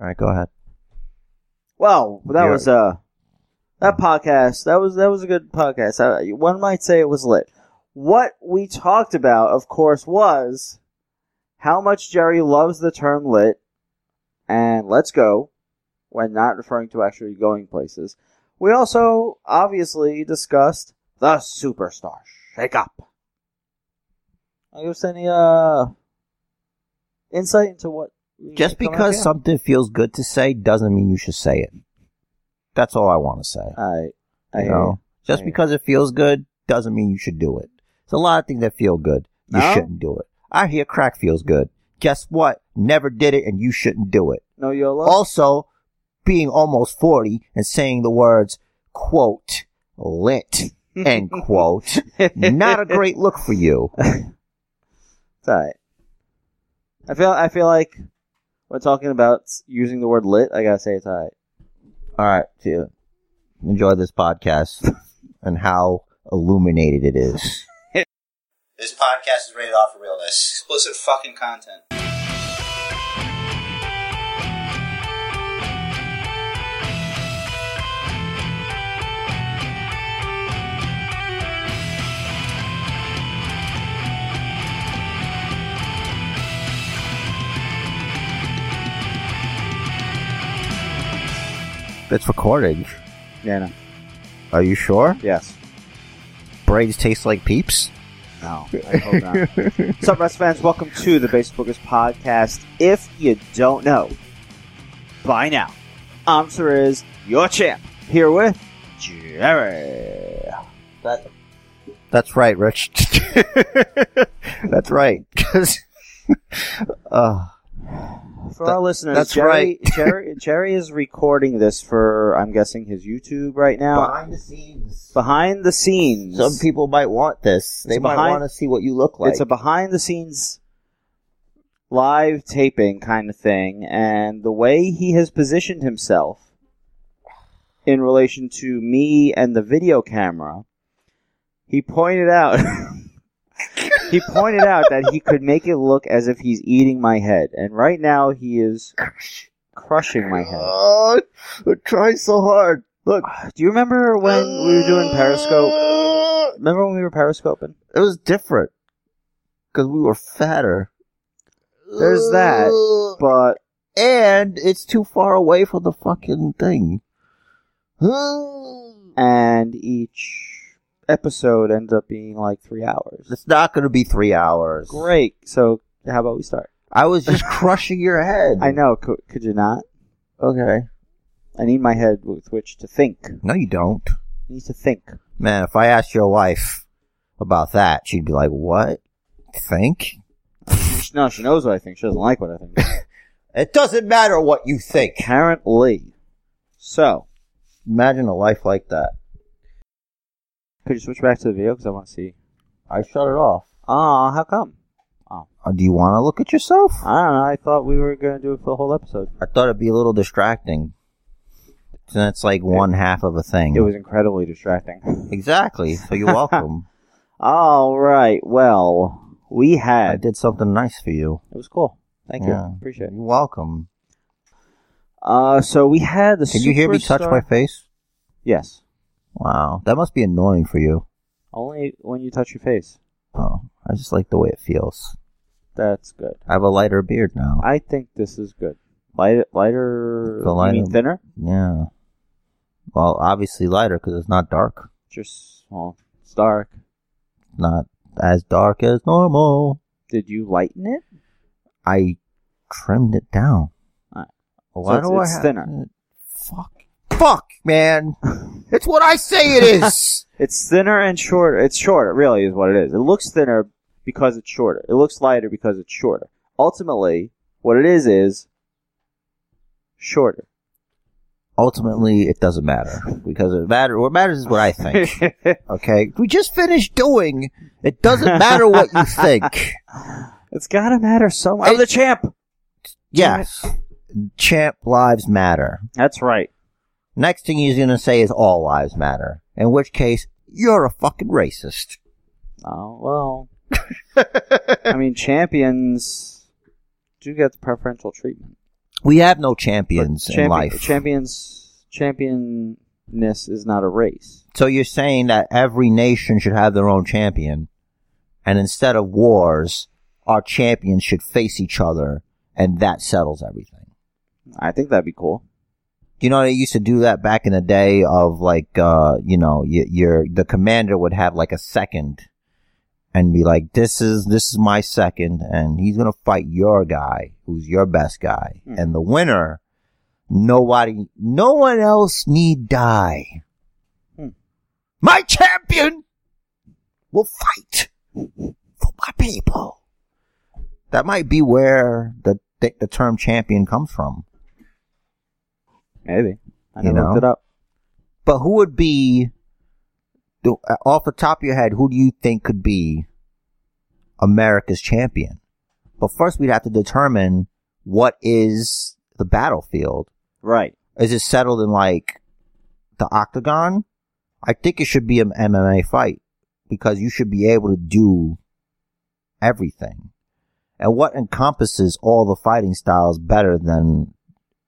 All right, go ahead. Well, that Yeah. was uh that podcast. That was that was a good podcast. I, one might say it was lit. What we talked about, of course, was how much Jerry loves the term lit and let's go when not referring to actually going places. We also obviously discussed the superstar shake up. I'll give us any uh insight into what we Just come out because here? something feels good to say doesn't mean you should say it. That's all I want to say. I I You know, just I- because it feels good doesn't mean you should do it. There's a lot of things that feel good. You No? shouldn't do it. I hear crack feels good. Guess what? Never did it, and you shouldn't do it. no YOLO. Also, being almost 40 and saying the words, quote, lit, end quote, not a great look for you. It's alright. I feel I feel like when talking about s- using the word lit, I gotta say it's alright. All right. See ya. Enjoy this podcast and how illuminated it is. This podcast is rated off for realness. Explicit fucking content. It's recording. Yeah. No. Are you sure? Yes. Braids taste like peeps? No. I hope not. What's up, Rest fans? Welcome to the Basic Bookers podcast. If you don't know by now, answer is your champ here with Jerry. That's right, Rich. that's right. 'Cause- uh, For That- our listeners, that's Jerry, right. Jerry, Jerry is recording this for, I'm guessing, his YouTube right now. the scenes. Behind the scenes, Some people might want this. They It's might behind- want to see what you look like. it's a behind the scenes live taping kind of thing and the way he has positioned himself in relation to me and the video camera he pointed out he pointed out that he could make it look as if he's eating my head and right now he is crushing my head Oh, I try so hard. Look, do you remember when we were doing periscope remember when we were periscoping It was different because we were fatter. There's that. but and it's too far away from the fucking thing. and each episode ends up being like three hours. It's not going to be three hours. Great. So how about we start? I was just crushing your head. I know. Could, could you not? Okay. I need my head with which to think. I No, you don't. need to think. Man, if I asked your wife about that, she'd be like, what? Think? She- No, she knows what I think. She doesn't like what I think. It doesn't matter what you think. Apparently. So, Imagine a life like that. could you switch back to the video because I want to see? I shut it off. Ah, how come? Uh, do you want to look at yourself? I don't know. I thought we were gonna do it for the whole episode. I thought it'd be a little distracting. And it's like one half of a thing. It was incredibly distracting. exactly. So you're welcome. All right. Well, we I had. did something nice for you. It was cool. Thank Yeah. you. Appreciate You're it. welcome. Uh, so we had the. Can you hear me touch superstar- my face? Yes. Wow, that must be annoying for you. Only when you touch your face. Oh, I just like the way it feels. That's good. I have a lighter beard now. I think this is good. Light, lighter. The you lighter- mean thinner? yeah. Well, obviously lighter because it's not dark. Just well, it's dark. Not as dark as normal. Did you lighten it? I trimmed it down. Alright. Why So do it's- I it's have thinner. Fuck. Fuck, man. it's what I say it is. It's thinner and shorter. It's shorter, really, is what it is. It looks thinner because it's shorter. It looks lighter because it's shorter. Ultimately, what it is is shorter. Ultimately, it doesn't matter because it matter. What matters is what I think. Okay, we just finished doing. It doesn't matter what you think. it's gotta matter so much. I'm the champ. Yes, champ lives matter. That's right. Next thing he's gonna say is all lives matter. In which case, you're a fucking racist. Oh well. I mean, champions do get the preferential treatment. We have no champions Champion- in life. Champions, championness is not a race. so you're saying that every nation should have their own champion, and instead of wars, our champions should face each other, and that settles everything. I think that'd be cool. You know, they used to do that back in the day of like, uh, you know, y- your the commander would have like a second, and be like, "This is this is my second, and he's gonna fight your guy, who's your best guy, Hmm. and the winner, nobody, no one else need die. Hmm. My champion will fight for my people." That might be where the the, the term champion comes from. Maybe. I You never know? looked it up. But who would be, do- uh, off the top of your head, who do you think could be America's champion? But first, we'd have to determine what is the battlefield. Right. Is it settled in like the octagon? I think it should be an MMA fight because you should be able to do everything. And what encompasses all the fighting styles better than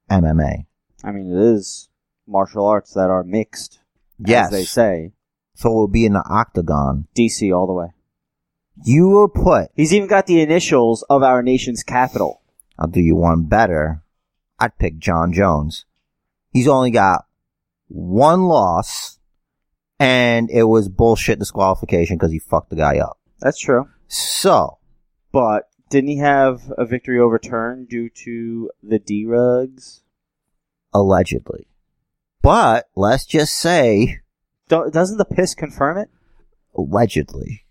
MMA? I mean, it is martial arts that are mixed. Yes. As they say. So it would be in the octagon. DC all the way. You will put He's even got the initials of our nation's capital. I'll do you one better. I'd pick John Jones. He's only got one loss, and it was bullshit disqualification because he fucked the guy up. That's true. So, But didn't he have a victory overturned due to the D rugs? allegedly. But let's just say, Do- doesn't the piss confirm it? allegedly.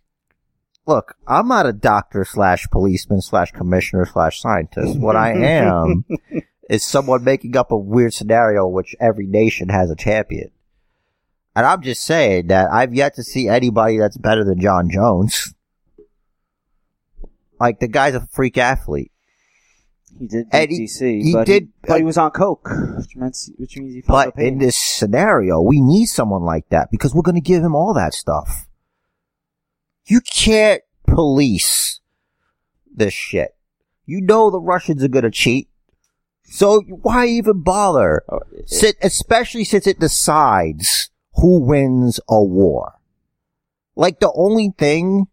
Look, I'm not a doctor slash policeman slash commissioner slash scientist. What I am is someone making up a weird scenario which every nation has a champion. And I'm just saying that I've yet to see anybody that's better than John Jones. Like the guy's a freak athlete. He did beat And he- DC. he but did- uh, but he was on coke, which means which means he felt But the pain. in this scenario, we need someone like that because we're going to give him all that stuff. You can't police this shit. You know the Russians are going to cheat. So why even bother? Oh, it- Sit, especially since it decides who wins a war. Like the only thing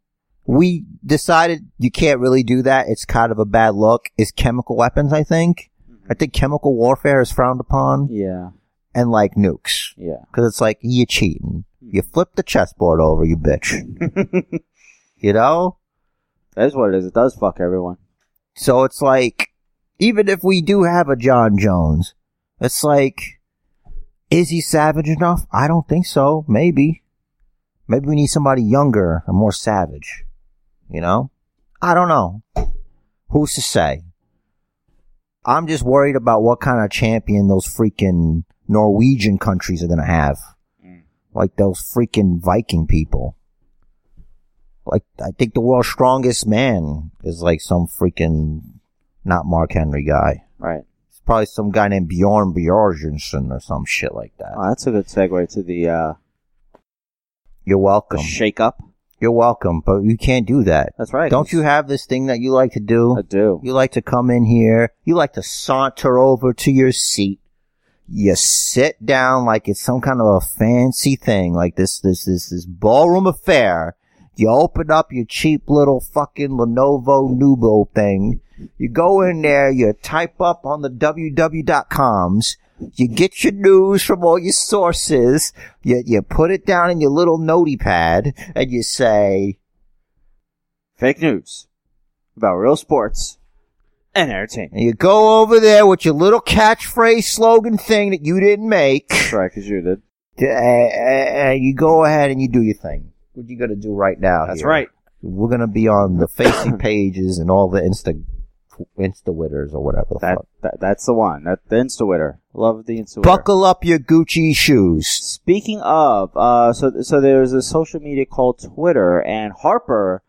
we decided you can't really do that. It's kind of a bad look is chemical weapons, I think. I think chemical warfare is frowned upon yeah, and like nukes. yeah. Cause it's like, you cheating. You flip the chessboard over, you bitch. You know? that is what it is. It does fuck everyone. So it's like, even if we do have a John Jones, it's like, is he savage enough? I don't think so. Maybe. Maybe we need somebody younger and more savage. You know? I don't know. Who's to say? I'm just worried about what kind of champion those freaking Norwegian countries are going to have. Like those freaking Viking people. Like, I think the world's strongest man is like some freaking not Mark Henry guy. Right. It's probably some guy named Bjorn Bjorgensen or some shit like that. Oh, that's a good segue to the uh, You're the welcome. shake up. You're welcome, but you can't do that. That's right. Don't you have this thing that you like to do? I do. You like to come in here. You like to saunter over to your seat. You sit down like it's some kind of a fancy thing, like this, this, this, this ballroom affair. You open up your cheap little fucking Lenovo Nubo thing. You go in there, you type up on the www.coms. You get your news from all your sources. You, you put it down in your little notey pad and you say, Fake news about real sports and entertainment. And you go over there with your little catchphrase slogan thing that you didn't make. That's right, because you did. Uh, uh, uh, you go ahead and you do your thing. What you gonna do right now? That's here. right. We're gonna be on the facing pages and all the Insta, Insta witters or whatever. The That, fuck. that that's the one. That the InstaWitter. Love the InstaWitter. Buckle up your Gucci shoes. Speaking of, uh, so so there's a social media called Twitter, and Harper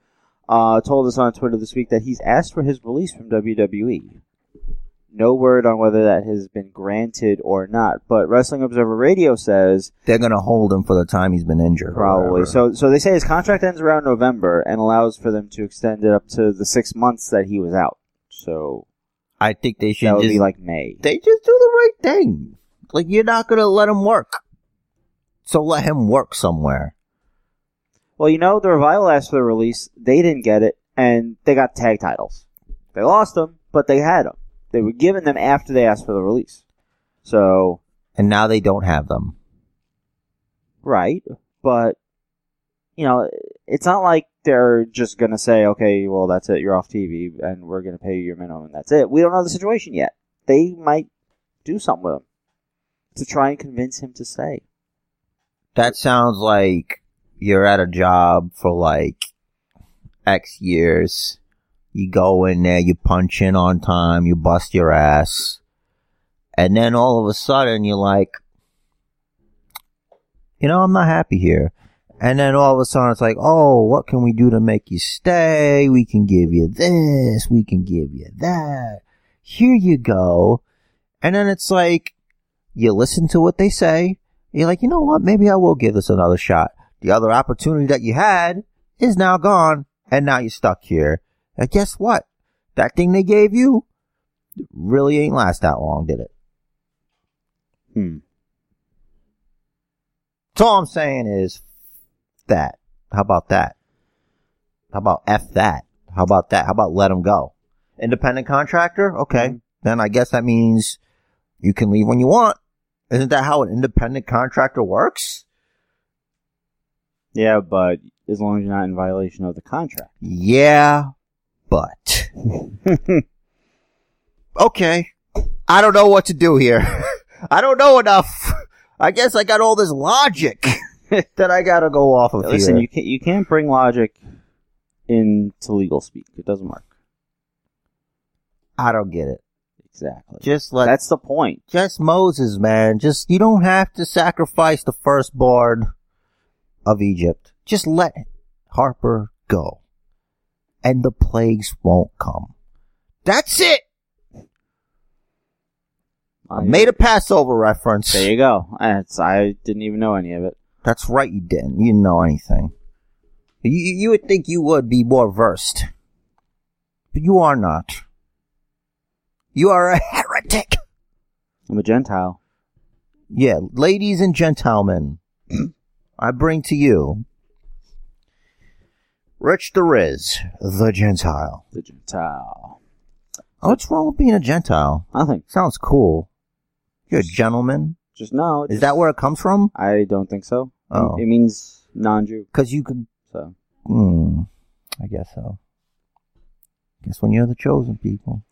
uh, told us on Twitter this week that he's asked for his release from WWE. No word on whether that has been granted or not, but Wrestling Observer Radio says They're gonna hold him for the time he's been injured. or probably. whatever. So so they say his contract ends around November and allows for them to extend it up to the six months that he was out. So I think they should That would just be like May. they just do the right thing. Like you're not gonna let him work, so let him work somewhere. Well, you know, the revival asked for the release. They didn't get it, and they got tag titles. They lost them, but they had them. They were given them after they asked for the release. So, And now they don't have them. right, but you know, it's not like they're just gonna say, "Okay, well, that's it. You're off TV, and we're gonna pay you your minimum, and that's it." We don't know the situation yet. They might do something with him to try and convince him to stay. That sounds like you're at a job for like X years. You go in there, you punch in on time, you bust your ass. And then all of a sudden you're like, you know, I'm not happy here. And then all of a sudden it's like, oh, what can we do to make you stay? We can give you this, we can give you that. Here you go. And then it's like, you listen to what they say, you're like, you know what? Maybe I will give this another shot. The other opportunity that you had is now gone, and now you're stuck here. And guess what? That thing they gave you really ain't last that long, did it? Hmm. So all I'm saying is that. How about that? How about F that? How about that? How about let them go? Independent contractor? Okay. Then I guess that means you can leave when you want. Isn't that how an independent contractor works? Yeah, but as long as you're not in violation of the contract. Yeah, but. okay, I don't know what to do here. I don't know enough. I guess I got all this logic that I gotta go off of Listen, here. you can't you can't bring logic into legal speak. It doesn't work. I don't get it. Exactly. Just let, That's the point. just Moses, man. Just, you don't have to sacrifice the firstborn of Egypt. Just let Harper go. And the plagues won't come. That's it! I made a Passover reference. There you go. That's, I didn't even know any of it. That's right, you didn't. You didn't know anything. You, you you would think you would be more versed. But you are not. You are a heretic. I'm a Gentile. Yeah, ladies and gentlemen, I bring to you Rich the Riz, the Gentile. The Gentile. Oh, what's wrong with being a Gentile? Nothing. Sounds cool. You're a gentleman. Just no. Is that where it comes from? I don't think so. Oh. It means non-Jew. Because you could. So Hmm. I guess so. Guess when you're the chosen people.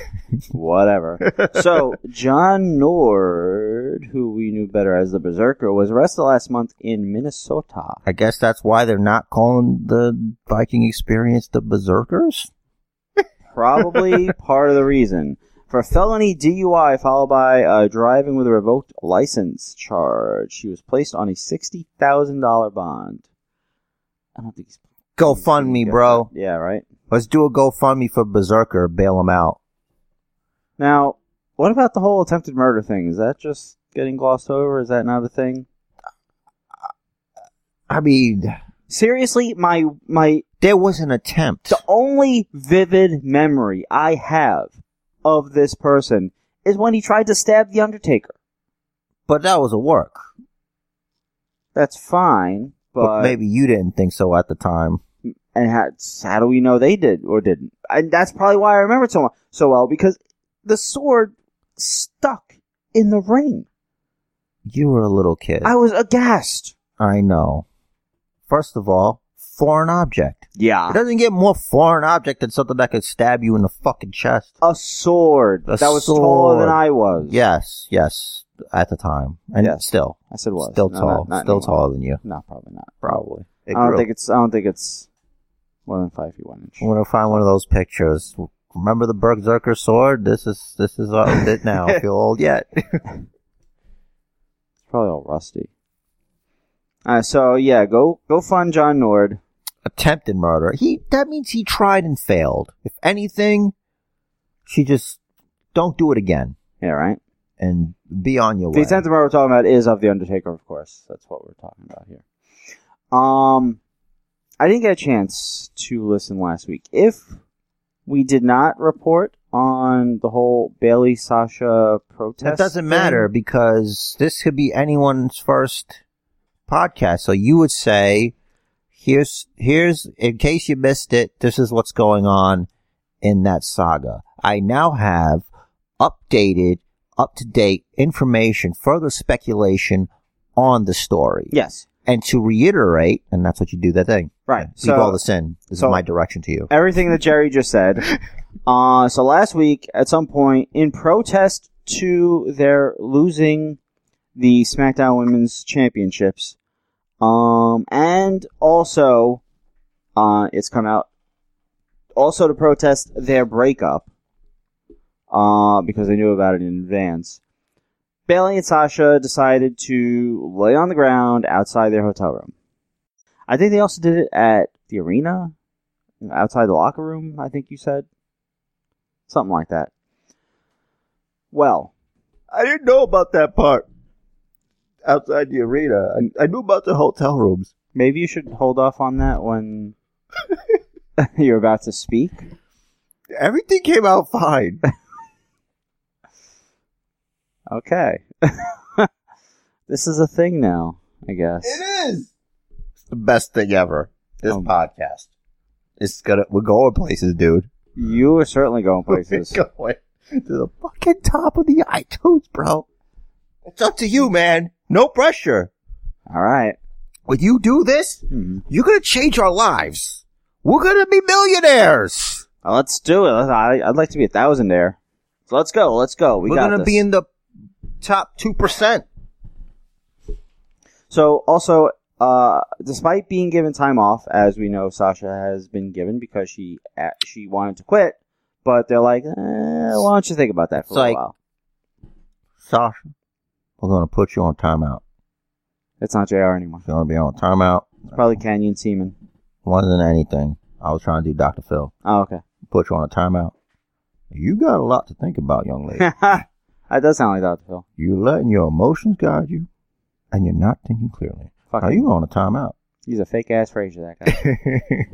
whatever. so John Nord, who we knew better as the Berserker, was arrested last month in Minnesota. I guess that's why they're not calling the Viking experience the Berserkers. probably part of the reason for felony DUI followed by a driving with a revoked license charge. She was placed on a sixty thousand dollar bond. I don't think he's GoFundMe, bro. Yeah, right. Let's do a GoFundMe for Berserker. Bail him out. Now, what about the whole attempted murder thing? Is that just getting glossed over? Is that not a thing? I mean, Seriously, my my there was an attempt. the only vivid memory I have of this person is when he tried to stab the Undertaker. But that was a work. That's fine, But, maybe you didn't think so at the time. and how, how do we know they did or didn't? And that's probably why I remember it so mu- so well because the sword stuck in the ring. You were a little kid. I was aghast. I know. First of all, foreign object. It Yeah, doesn't get more foreign object than something that could stab you in the fucking chest. a sword A that was sword. taller than I was. Yes, yes, at the time. And Yes. still. I said was Still No, tall. not- not still anymore. taller than you. No, probably not. Probably. It I don't grew. think it's. I don't think it's more than five feet one inch. I'm gonna find one of those pictures. Remember the Berserker sword? This is this is uh, it now. I feel old yet. It's probably all rusty. Uh, so yeah, go go find John Nord. Attempted murder. He that means he tried and failed. If anything, she just don't do it again Yeah, right. and be on your The way. attempted murder we're talking about is of the Undertaker, of course. That's what we're talking about here. Um, I didn't get a chance to listen last week. If we did not report on the whole Bailey Sasha protest? That doesn't matter because this could be anyone's first podcast. So you would say, here's, here's, in case you missed it, this is what's going on in that saga. I now have updated, up to date information, further speculation on the story. thing? Yes, And to reiterate, and that's what you do that thing. right. Leave all So this in. This so- is my direction to you. everything that Jerry just said. Uh, so last week, at some point, in protest to their losing the SmackDown Women's Championships, um, and also, uh, it's come out also to protest their breakup, uh, because they knew about it in advance. Bailey and Sasha decided to lay on the ground outside their hotel room. I think they also did it at the arena outside the locker room, I think you said. Something like that. Well, I didn't know about that part outside the arena. I, I knew about the hotel rooms. maybe you should hold off on that when you're about to speak. Everything came out fine. Okay. this is a thing now, I guess. It is Oh. the best thing ever. This Um, podcast. It's gonna. We're going places, dude. You are certainly going Oh places. We're going to the fucking top of the iTunes, bro. It's up to you, man. No pressure. All right. When you do this, Hmm. you're gonna change our lives. We're gonna be millionaires. Uh, Let's do it. Let's- I, I'd like to be a thousand there. So let's go. Let's go. We are got gonna this. be in the top two percent. So also, uh, despite being given time off, as we know, Sasha has been given because she uh, she wanted to quit, but they're like, eh, why don't you think about that for It's a like- while? Sasha, we're gonna put you on timeout. It's not Jr. anymore. You're gonna be on timeout. It's probably Canyon Seaman. Wasn't anything. I was trying to do Dr. Phil. Oh, okay. Put you on a timeout. You got a lot to think about, young lady. that does sound like Dr. Phil. You're letting your emotions guide you, and you're not thinking clearly. Fuck Are him. you on a timeout? He's a fake ass Fraser. That guy.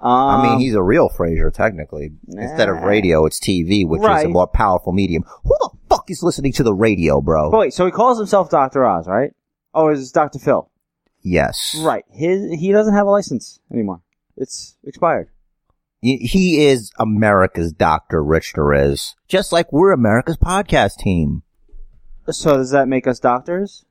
Um, I mean, he's a real Frasier, technically. Instead of nah. radio, it's TV, which is a Right. more powerful medium. Who the fuck is listening to the radio, bro? Wait, so he calls himself Dr. Oz, right? Oh, it's Dr. Phil. yes. Right. His he doesn't have a license anymore. It's expired. Y- He is America's Dr. Richter is. Just like we're America's podcast team. So does that make us doctors?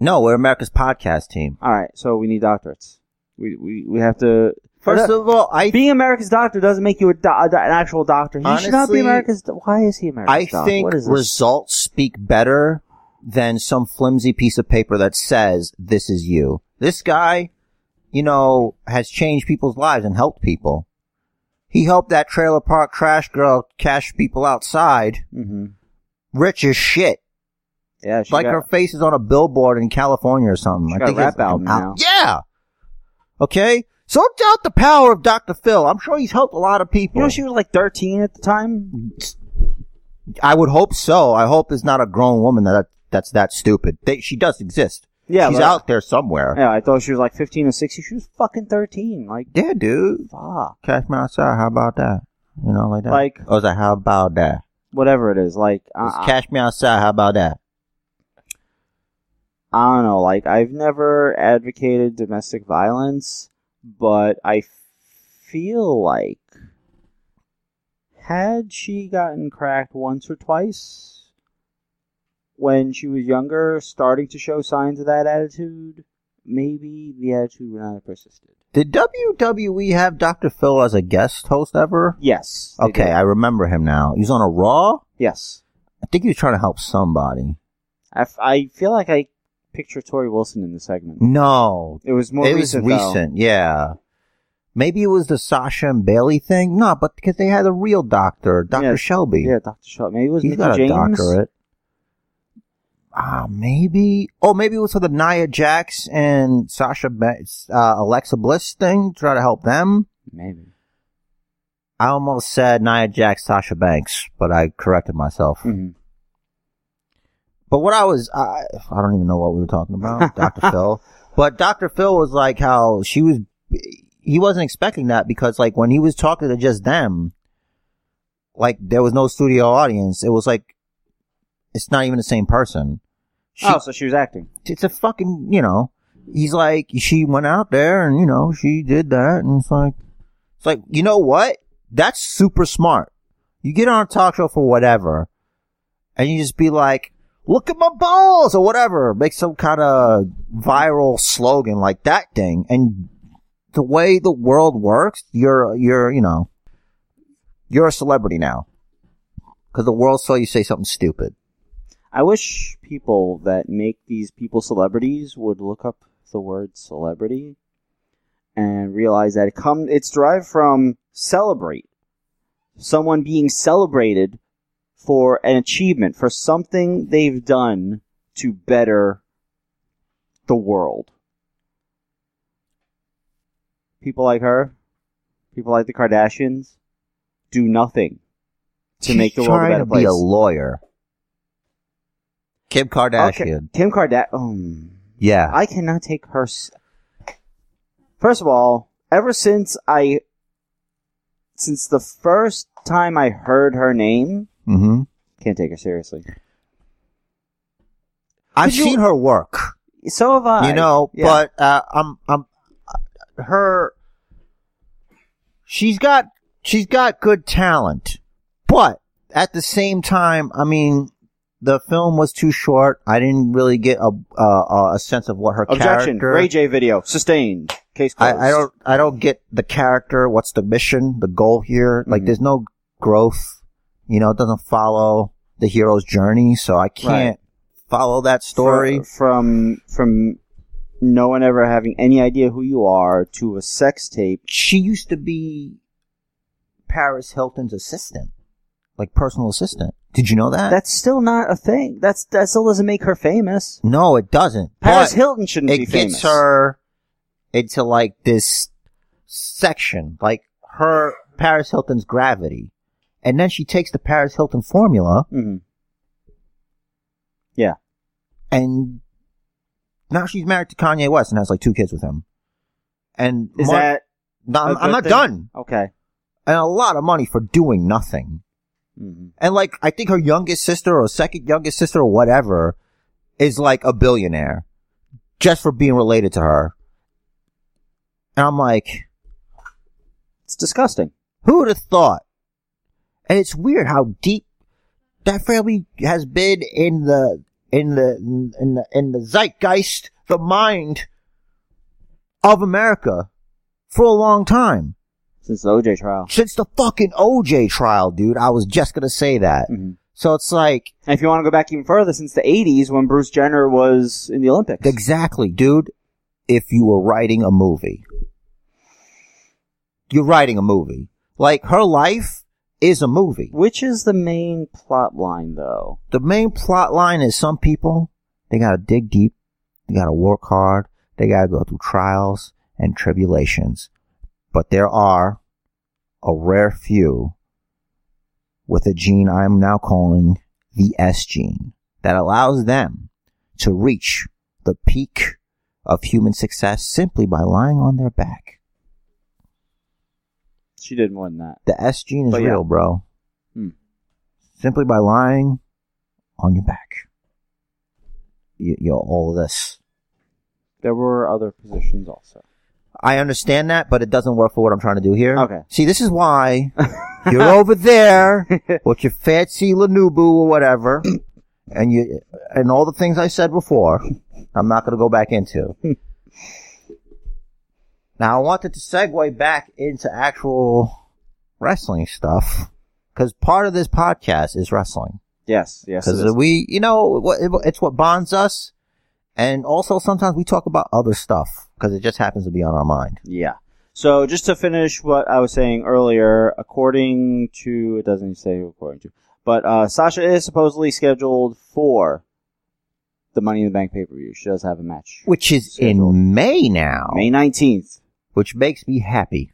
No, we're America's podcast team. All right, so we need doctorates. We we, we have to. First of all, I being America's doctor doesn't make you a do- a do- an actual doctor. He should not Honestly, be America's. Do- Why is he America's I doc? think What is this? results speak better than some flimsy piece of paper that says this is you. This guy, you know, has changed people's lives and helped people. He helped that trailer park trash girl cash people outside, Mhm. rich as shit. Yeah, she like got- her face is on a billboard in California or something. She I got a think rap it's like an album al- now. Yeah. Okay. So don't doubt the power of Dr. Phil. I'm sure he's helped a lot of people. You know, she was like thirteen at the time. Mm-hmm. I would hope so. I hope it's not a grown woman that that's that stupid. They, she does exist. Yeah, she's but- out there somewhere. Yeah, I thought she was like fifteen or sixteen. She was fucking thirteen. Like Yeah, dude. fuck, Catch me outside. How about that? You know, like that. Like- Uh-uh. or is that how about that? whatever it is. Like uh, It's I, Catch me outside. How about that? I, I don't know. Like I've never advocated domestic violence, but I feel like had she gotten cracked once or twice when she was younger, starting to show signs of that attitude, maybe the attitude would not have persisted. Did WWE have Dr. Phil as a guest host ever? Yes. they Okay, did. I remember him now. He's on a Raw. Yes. I think he was trying to help somebody. I, f- I feel like I picture Tori Wilson in the segment. No, It was more it recent. was though. recent. Yeah, maybe it was the Sasha and Bailey thing. No, but because they had a real doctor, Dr. Yeah. Shelby. Yeah, Dr. Shaw. Maybe it was He's Mickey got a James. doctorate. Ah, maybe. Oh, maybe it was for the Nia Jax and Sasha, Ba- uh, Alexa Bliss thing. Try to help them. Maybe. I almost said Nia Jax, Sasha Banks, but I corrected myself. hmm But what I was, I, I don't even know what we were talking about, Dr. Phil. But Dr. Phil was like how she was, he wasn't expecting that because like when he was talking to just them, like there was no studio audience. It was like it's not even the same person. She, oh, so she was acting. It's a fucking you know. He's like she went out there and you know she did that and it's like it's like you know what that's super smart. You get on a talk show for whatever, and you just be like, "Look at my balls" or whatever. Make some kind of viral slogan like that thing. And the way the world works, you're you're you know you're a celebrity now because the world saw you say something stupid. I wish people that make these people celebrities would look up the word celebrity and realize that it come it's derived from celebrate. Someone being celebrated for an achievement, for something they've done to better the world. People like her, people like the Kardashians, do nothing to make the She's world a trying better to place. be a lawyer. Kim Kardashian. Okay, Kim Kardashian. Um, Yeah. I cannot take her. s- First of all, ever since I, since the first time I heard her name, mm-hmm. can't take her seriously. I've Could you- seen her work. So have I. you know, Yeah. but uh, I'm I'm uh, her. She's got she's got good talent, but at the same time, I mean, the film was too short. I didn't really get a uh, a sense of what her objection. character. Ray J video sustained. Case closed. I, I don't I don't get the character. What's the mission? The goal here? Like, Mhm. there's no growth. You know, it doesn't follow the hero's journey, so I can't follow that story. Fr- from from no one ever having any idea who you are to a sex tape. she used to be Paris Hilton's assistant, like personal assistant. Did you know that? That's still not a thing. That's that still doesn't make her famous. no, it doesn't. Paris But Hilton shouldn't it be gets famous. her into like this section, like her Paris Hilton's gravity, and then she takes the Paris Hilton formula Mhm. and now she's married to Kanye West and has like two kids with him. And Is Mar- that no, I'm, a I'm good not thing? done. okay? And a lot of money for doing nothing. hmm And like, I think her youngest sister or second youngest sister or whatever is like a billionaire just for being related to her. And I'm like, It's disgusting. who would have thought? And it's weird how deep that family has been in the, in the, in the, in the zeitgeist, the mind of America for a long time. Since the OJ trial. Since the fucking OJ trial, dude, I was just gonna say that. Mhm. So it's like, And if you want to go back even further, since the 80s when Bruce Jenner was in the Olympics. Exactly, dude. If you were writing a movie, you're writing a movie. Like her life is a movie. Which is the main plot line, though? The main plot line is some people they gotta dig deep, they gotta work hard, they gotta go through trials and tribulations. But there are a rare few with a gene I'm now calling the S gene that allows them to reach the peak of human success simply by lying on their back. She did more than that. The S gene is But yeah. real, bro. Hmm. Simply by lying on your back. You, you're all this. There were other positions also. I understand that, but it doesn't work for what I'm trying to do here. Okay. See, this is why you're over there with your fancy Lanubu or whatever, and you and all the things I said before. I'm not going to go back into. now, I wanted to segue back into actual wrestling stuff because part of this podcast is wrestling. Yes, yes. it Because is. we, you know, what- it's what bonds us, and also sometimes we talk about other stuff because it just happens to be on our mind. yeah. So just to finish what I was saying earlier, according to it doesn't say who according to, but uh, Sasha is supposedly scheduled for the Money in the Bank pay per view. She does have a match, which is Scheduled. in May now, May nineteenth, which makes me happy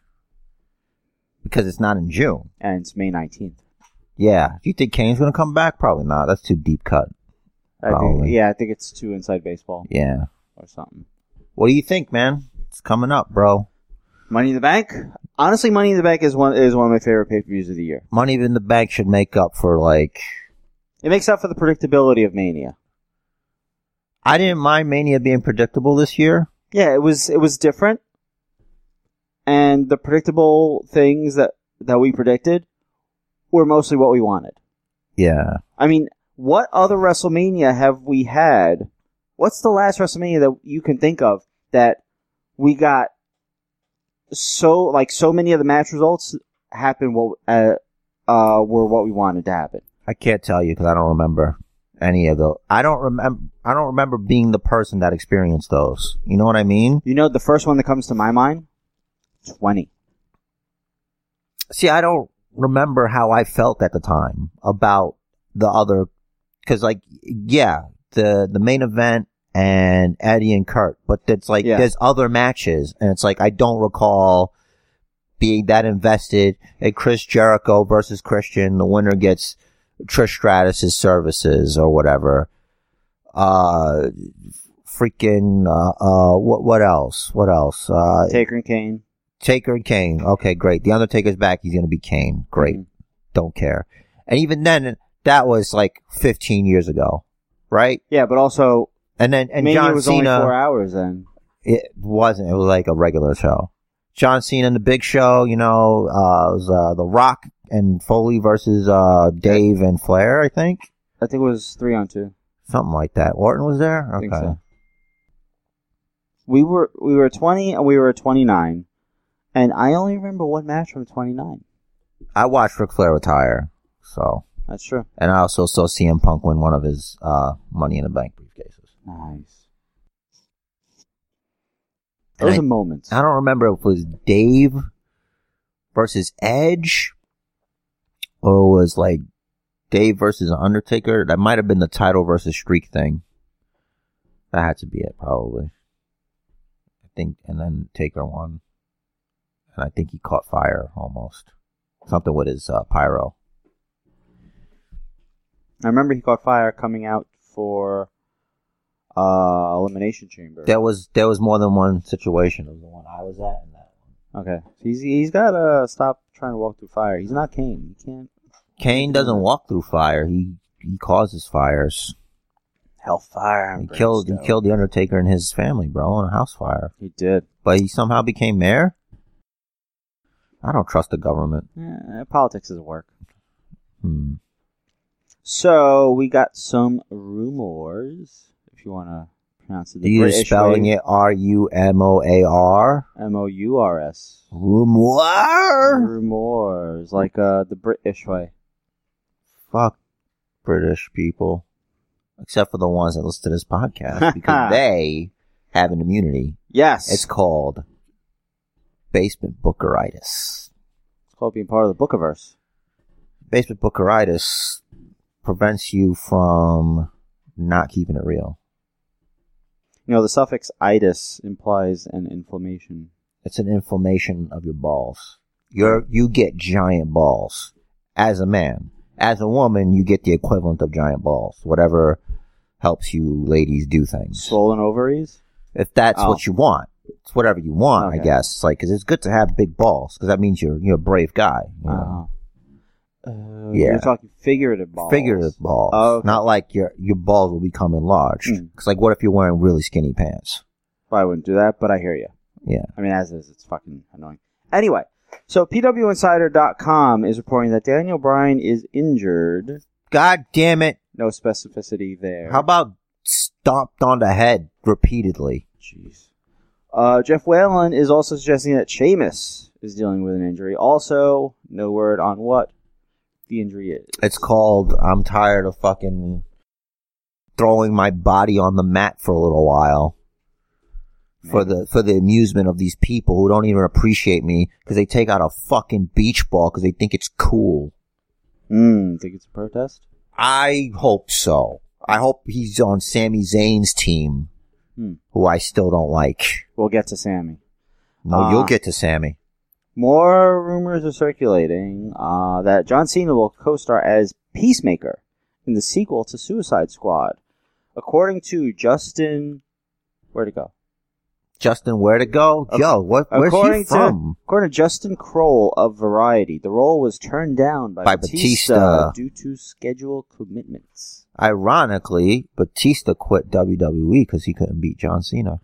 because it's not in June. and it's May nineteenth. Yeah, do you think Kane's gonna come back? Probably not. That's too deep cut. I think, Probably. yeah, I think it's two inside baseball Yeah. or something. What do you think, man? It's coming up, bro. Money in the Bank. honestly, Money in the Bank is one is one of my favorite pay per views of the year. Money in the Bank should make up for like. It makes up for the predictability of Mania. I didn't mind Mania being predictable this year. Yeah, it was it was different, and the predictable things that that we predicted were mostly what we wanted. Yeah. I mean, what other WrestleMania have we had? What's the last WrestleMania that you can think of that we got so like so many of the match results happened what uh, uh were what we wanted to happen. I can't tell you because I don't remember any of those. I don't remember. I don't remember being the person that experienced those. You know what I mean? You know the first one that comes to my mind? 20. See, I don't remember how I felt at the time about the other, because like, yeah, the the main event and Eddie and Kurt, but it's like Yeah. there's other matches, and it's like I don't recall being that invested in Chris Jericho versus Christian. The winner gets Trish Stratus's services or whatever. Uh, freaking uh, uh, what what else? What else? Uh, Taker and Kane. Taker and Kane. Okay, great. The Undertaker's back. He's gonna be Kane. Great. Mhm. Don't care. And even then, that was like 15 years ago, right? Yeah, but also And then and Mania John was Cena. only 4 hours then. It wasn't. It was like a regular show. John Cena and the Big Show, you know, uh, it was uh, The Rock and Foley versus uh, Dave and Flair, I think, I think it was 3 on 2. something like that. Orton was there. I Okay, think so. We were we were 20 and we were 29. And I only remember one match from 29. I watched Ric Flair retire, so That's true. and I also saw CM Punk win one of his uh, Money in the Bank briefcases. Nice. And Those I- are moments. I don't remember if it was Dave versus Edge or it was like Dave versus Undertaker. That might have been the title versus streak thing. That had to be it, probably. I think, and then Taker won. And I think he caught fire almost. Something with his uh, pyro. I remember he caught fire coming out for uh, Elimination Chamber. There was there was more than one situation. It was the one I was at, and that one. okay, he's he's got to stop trying to walk through fire. He's not Kane. He can't. Kane doesn't walk through fire. He he causes fires. Hellfire. and He killed he brimstone. killed the Undertaker and his family, bro, in a house fire. He did. But he somehow became mayor. I don't trust the government. Eh, politics is work. Hmm. So we got some rumors. If you want to pronounce it, the You're British spelling way. it R U M O A R. M O U R S. Rumoir. Rumors, like uh, the British way. Fuck British people, except for the ones that listen to this podcast because they have an immunity. Yes, It's called basement bookeritis. it's called being part of the Bookiverse. Basement bookeritis prevents you from not keeping it real. You know, the suffix itis implies an inflammation. It's an inflammation of your balls. You're, you get giant balls as a man. As a woman, you get the equivalent of giant balls. Whatever helps you ladies do things. Swollen ovaries? if that's Oh. what you want, it's whatever you want, I Okay. guess. It's like, cause it's good to have big balls, cause that means you're, you're a brave guy. You know? Uh, Uh-huh. uh, Yeah. You're talking figurative Oh, balls. Figurative balls. Oh, okay. Not like your, your balls will become enlarged. Mm. Cause like, what if you're wearing really skinny pants? Probably wouldn't do that, but I hear you. Yeah. I mean, as is, it's fucking annoying. Anyway, so PWInsider.com is reporting that Daniel Bryan is injured. God damn it. No specificity there. How about stomped on the head repeatedly? Jeez. Uh, Jeff Whalen is also suggesting that Sheamus is dealing with an injury. Also, no word on what the injury is. It's called I'm tired of fucking throwing my body on the mat for a little while for the for the amusement of these people who don't even appreciate me because they take out a fucking beach ball because they think it's cool. Mm, think it's a protest? I hope so. I hope he's on Sami Zayn's team, Hmm. who I still don't like. We'll get to Sammy. No, Ah. you'll get to Sammy. More rumors are circulating uh, that John Cena will co-star as Peacemaker in the sequel to Suicide Squad, according to Justin. Where'd it go? Justin, where to go? Ac- Yo, what, where's he According from? to according to Justin Kroll of Variety, the role was turned down by, By Batista. due to schedule commitments. Ironically, Batista quit WWE because he couldn't beat John Cena.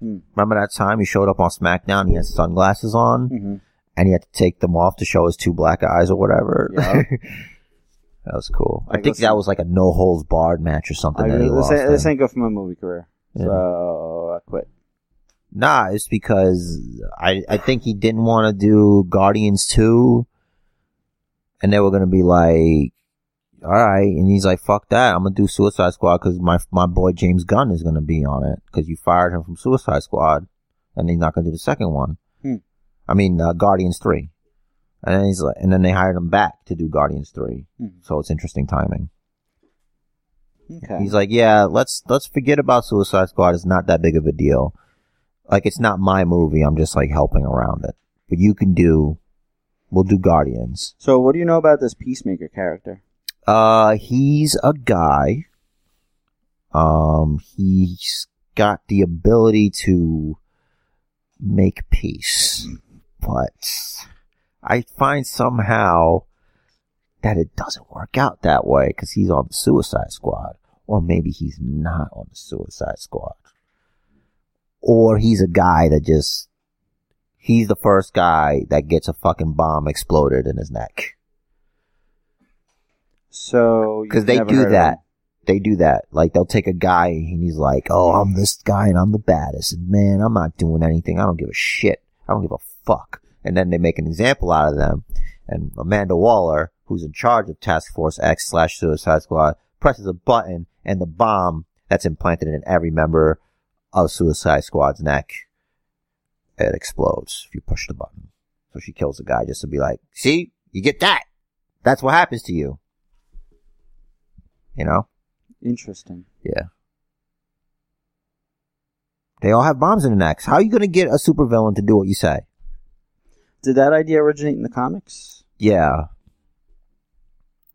Hmm. Remember that time he showed up on SmackDown? He had sunglasses on Mm-hmm. and he had to take them off to show his two black eyes or whatever. Yeah. that was cool. I, Like, think that listen- was like a no holds barred match or something. that he this, lost ain't, this in. ain't good for my movie career, Yeah. so I quit. Nah, it's because I I think he didn't want to do Guardians two, and they were gonna be like, all right, and he's like, fuck that, I'm gonna do Suicide Squad because my my boy James Gunn is gonna be on it because you fired him from Suicide Squad, and he's not gonna do the second one. Hmm. I mean uh, Guardians three, and then he's like, and then they hired him back to do Guardians three, Hmm. so it's interesting timing. Okay. He's like, yeah, let's let's forget about Suicide Squad. It's not that big of a deal. Like, it's not my movie. I'm just like helping around it. But you can do. We'll do Guardians. so, what do you know about this Peacemaker character? Uh, he's a guy. Um, he's got the ability to make peace, but I find somehow that it doesn't work out that way because he's on the Suicide Squad, or maybe he's not on the Suicide Squad, or he's a guy that just. He's the first guy that gets a fucking bomb exploded in his neck. So, you've 'Cause they never do heard of that. him. they do that. Like they'll take a guy and he's like, "Oh, I'm this guy and I'm the baddest, and man, I'm not doing anything. I don't give a shit. I don't give a fuck." And then they make an example out of them. And Amanda Waller, who's in charge of Task Force X slash Suicide Squad, presses a button and the bomb that's implanted in every member of Suicide Squad's neck it explodes if you push the button. So she kills the guy just to be like, "See, you get that. That's what happens to you." You know. Interesting. Yeah. They all have bombs in their necks. How are you going to get a supervillain to do what you say? Did that idea originate in the comics? Yeah.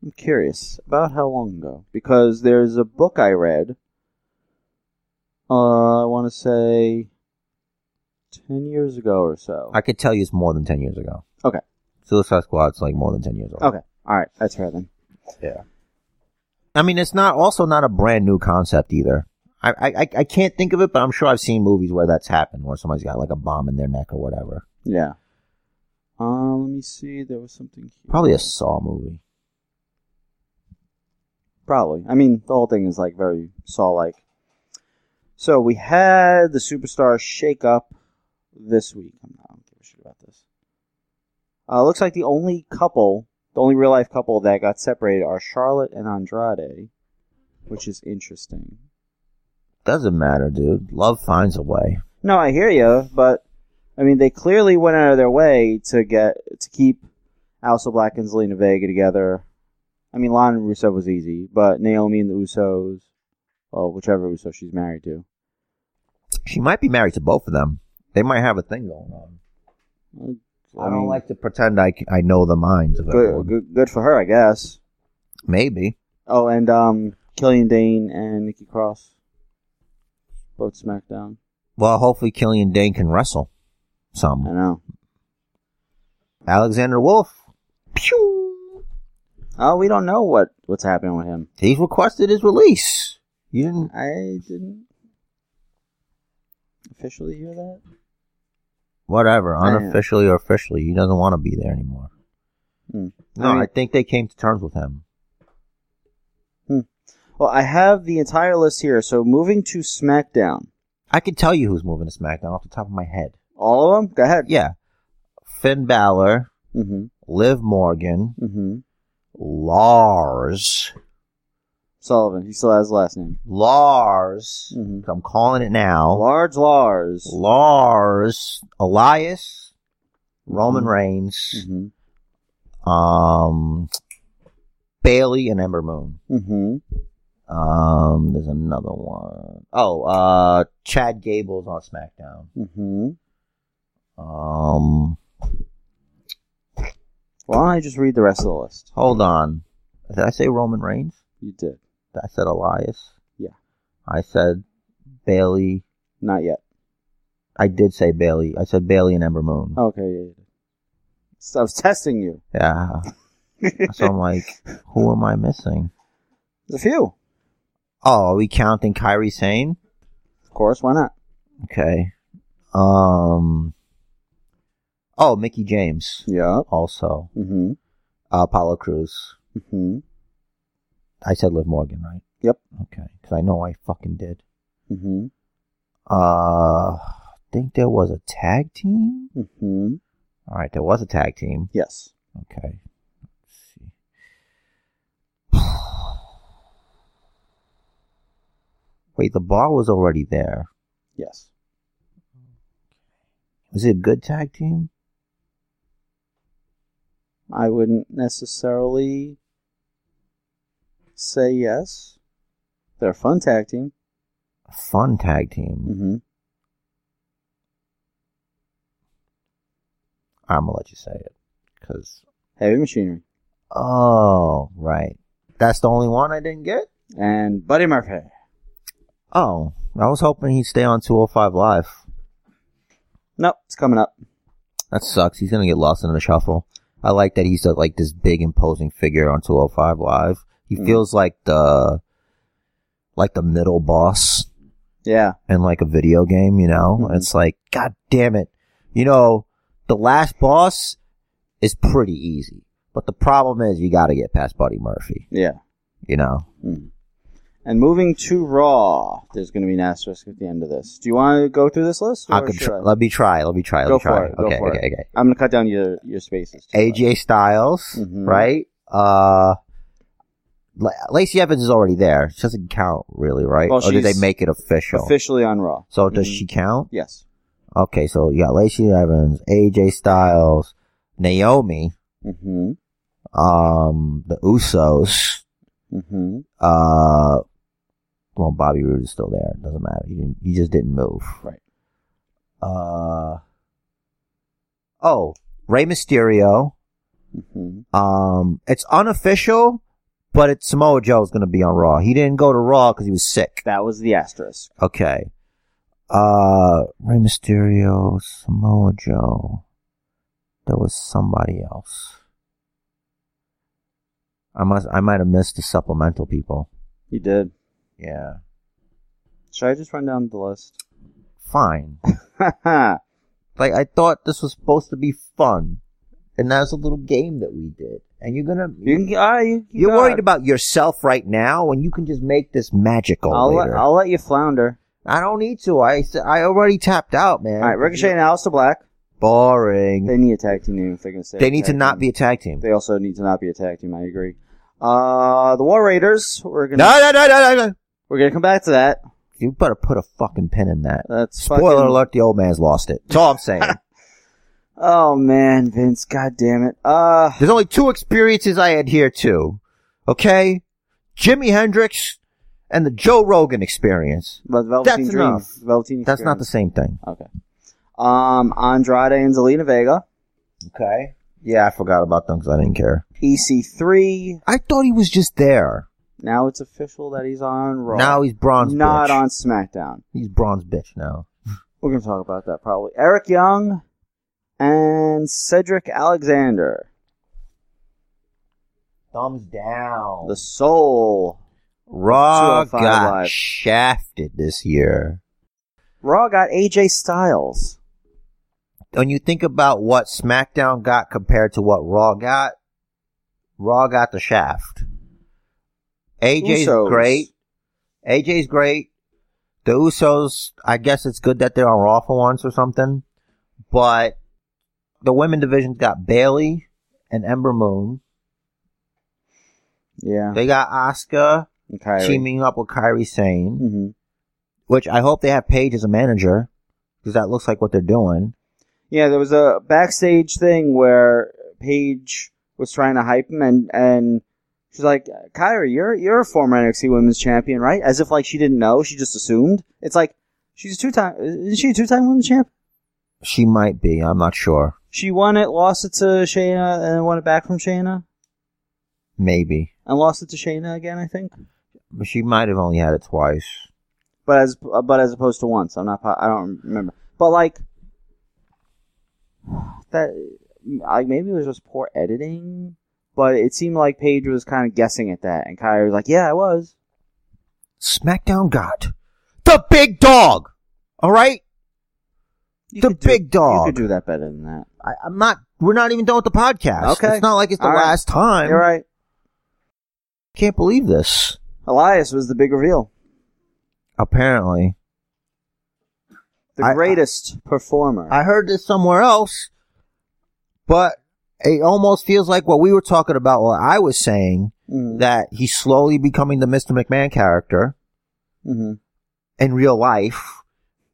I'm curious about how long ago because there's a book I read. Uh, I want to say ten years ago or so. I could tell you it's more than 10 years ago. Okay. Suicide Squad's like more than 10 years old. okay, all right, that's fair then. Yeah. I mean, it's not also not a brand new concept either. I, I, I- I can't think of it, but I'm sure I've seen movies where that's happened, where somebody's got like a bomb in their neck or whatever. Yeah. Um, let me see. There was something. Here. Probably a Saw movie. Probably. I mean, the whole thing is like very Saw like. So we had the superstar shake up this week. I'm not- I don't give a shit about this. Uh, looks like the only couple, the only real life couple that got separated are Charlotte and Andrade, which is interesting. Doesn't matter, dude. Love finds a way. No, I hear you, but I mean, they clearly went out of their way to get to keep Alsa Black and Zelina Vega together. I mean, Lana and Rusev was easy, but Naomi and the Usos, or whichever Uso she's married to, She might be married to both of them. They might have a thing going on. I, don't mean, like to pretend I, c- I know the minds of Good, everyone. good, good for her, I guess. Maybe. Oh, and um, Killian Dane and Nikki Cross, both SmackDown. Well, hopefully Killian Dane can wrestle I some. know. Alexander Wolf. Pew! Oh, we don't know what what's happening with him. He's requested his release. You didn't. I didn't officially hear that. Whatever. I know. Unofficially or officially, he doesn't want to be there anymore. Hmm. No, I mean- I think they came to terms with him. Well, I have the entire list here. So moving to SmackDown, I can tell you who's moving to SmackDown off the top of my head. all of them. Go ahead. Yeah. Finn Balor, Mm-hmm. Liv Morgan, Mm-hmm. Lars. Sullivan. He still has the last name. Lars. Mm-hmm. I'm calling it now. Large Lars. Lars, Elias, Roman Mhm. Reigns, Mm-hmm. um, Bailey, and Ember Moon. Mm-hmm. Um, there's another one. Oh, uh, Chad Gable's on SmackDown. Mm-hmm. Um, Why don't I just read the rest of the list? hold on. Did I say Roman Reigns? You did. I said Elias. Yeah. I said Bailey. Not yet. I did say Bailey. I said Bailey and Ember Moon. Okay, yeah, yeah. So I was testing you. Yeah. so I'm like, who am I missing? There's a few, Oh, are we counting Kyrie Sane? of course. Why not? Okay. Um. Oh, Mickey James Yeah. also. Mm-hmm. Uh, Apollo Cruz. Mm-hmm. I said Liv Morgan, right? Yep. Okay, because I know I fucking did. Mm-hmm. Uh, I think there was a tag team. Mm-hmm. All right, there was a tag team. Yes. Okay. Let's see. Wait, the bar was already there. Yes. Was it a good tag team? I wouldn't necessarily say yes. They're a fun tag team. A fun tag team. Mm-hmm. I'm gonna let you say it, cause Heavy Machinery oh right, that's the only one I didn't get. and Buddy Murphy. Oh, I was hoping he'd stay on 205 Live. Nope, it's coming up. That sucks. He's gonna get lost in the shuffle. I like that he's uh, like this big imposing figure on 205 Live. He Mm. feels like the like the middle boss Yeah. in like a video game. You know, Mhm. it's like God damn it. You know, the last boss is pretty easy, but the problem is you got to get past Buddy Murphy. Yeah. You know, Mm. And moving to Raw, there's going to be an asterisk at the end of this. Do you want to go through this list? Or I could should tr- I? let me try. Let me try. Let Oh, Go me try. for it, go okay, for okay, it. okay. I'm going to cut down your your spaces. too, AJ Styles, Mhm. right? Uh, La- Lacey Evans is already there. She doesn't count, really, right? Well, or did they she's make it but official? officially on Raw. so does Mhm. she count? Yes. Okay, so you got Lacey Evans, AJ Styles, Naomi, Mm-hmm. um, the Usos, Mm-hmm. uh, well, Bobby Roode is still there. It doesn't matter. He, didn't, he just didn't move. Right. Uh, oh, Rey Mysterio. Mm-hmm. Um, it's unofficial, but it's Samoa Joe's going to be on Raw. He didn't go to Raw because he was sick. That was the asterisk. Okay. Uh, Rey Mysterio, Samoa Joe. There was somebody else. I must. I might have missed the supplemental people. You did. Yeah. Should I just run down the list? Fine. Haha. like I thought this was supposed to be fun, and that was a little game that we did. And you're gonna. you can. All right, you, You're worried about yourself right now, when you can just make this magical I'll let, later. I'll let you flounder. I don't need to. I s- I already tapped out, man. All right, Ricochet and Aleister Black. Boring. They need a tag team name if they're going to stay. They a need to tag not team. be a tag team. They also need to not be a tag team. I agree. Uh, the War Raiders. We're No, gonna no, no, no, no, no. we're gonna come back to that. You better put a fucking pin in that. That's Spoiler fucking- alert: the old man's lost it. That's all I'm saying. Oh man, Vince, god damn it. Uh, There's only two experiences I adhere to. Okay, Jimi Hendrix and the Joe Rogan experience. but Velveteen That's Dream. enough. Velveteen That's not the same thing. not the. Okay. Um, Andrade and Zelina Vega. Okay. Yeah, I forgot about them because I didn't care. E EC3. I thought he was just there. Now it's official that he's on Raw. Now he's bronze. not bitch. on SmackDown. He's bronze bitch now. We're gonna talk about that probably. Eric Young and Cedric Alexander, Thumbs down. the Soul. Raw 205 got Live. shafted this year. Raw got AJ Styles. When you think about what SmackDown got compared to what Raw got, Raw got the shaft. AJ's Usos. great. AJ's great. The Usos, I guess it's good that they're on Raw for once or something. But the women division's got Bailey and Ember Moon. Yeah. They got Asuka And Kyrie. teaming up with Kyrie Sane. hmm which I hope they have Paige as a manager because that looks like what they're doing. Yeah, there was a backstage thing where Paige was trying to hype him, and and she's like, "Kyrie, you're you're a former NXT Women's Champion, right?" As if like she didn't know, she just assumed. It's like she's a two time. Is she a two time Women's Champ? She might be. I'm not sure. She won it, lost it to Shayna, and then won it back from Shayna, Maybe. and lost it to Shayna again, I think. But She might have only had it twice. But as but as opposed to once, I'm not. po- I don't remember. But like that, like maybe it was just poor editing. But it seemed like Paige was kind of guessing at that, and Kyrie was like, "Yeah, I was." SmackDown got the big dog. All right, You The could do- big dog. You could do that better than that. I, I'm not. We're not even done with the podcast. Okay. it's not like it's the All right. last time. You're right. Can't believe this. Elias was the big reveal, Apparently, the I- greatest performer. I heard this somewhere else, but it almost feels like what we were talking about. What I was saying mm-hmm. that he's slowly becoming the Mr. McMahon character. Mm-hmm. in real life,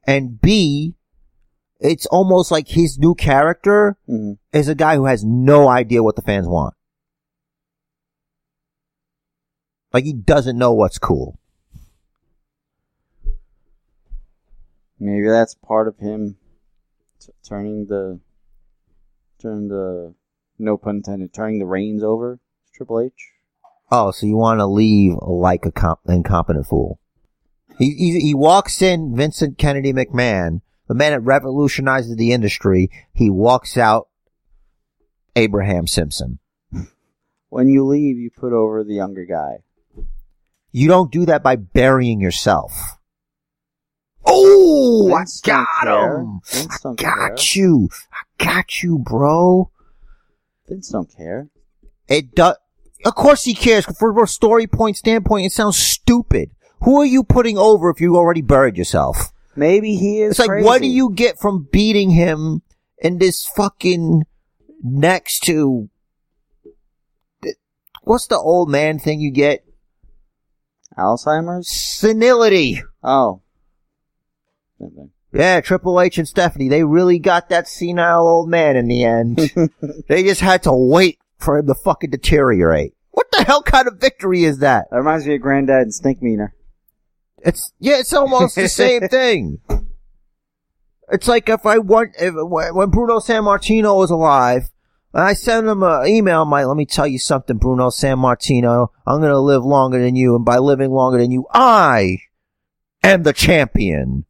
and B, it's almost like his new character hmm is a guy who has no idea what the fans want. Like he doesn't know what's cool. Maybe that's part of him t- turning the turning the no pun intended turning the reins over to Triple H. Oh, so you want to leave like a comp- incompetent fool? He, he he walks in Vincent Kennedy McMahon, the man that revolutionized the industry. He walks out Abraham Simpson. When you leave, you put over the younger guy. You don't do that by burying yourself. Oh, I Vince don't got care. him. Vince don't care. Got you. I got you, bro. Vince don't care. It does. Of course he cares. From a story point standpoint, it sounds stupid. Who are you putting over if you already buried yourself? Maybe he is. It's like, crazy. what do you get from beating him in this fucking next to. What's the old man thing you get? Alzheimer's? Senility. Oh, Same thing. Yeah, Triple H and Stephanie, they really got that senile old man in the end. they just had to wait for him to fucking deteriorate. What the hell kind of victory is that? that reminds me of Granddad and Stink Meaner. It's yeah, it's almost the same thing. It's like if I want if, when Bruno San Martino was alive, and I send him an email. I'm like, let me tell you something, Bruno San Martino. I'm gonna live longer than you, and by living longer than you, I am the champion.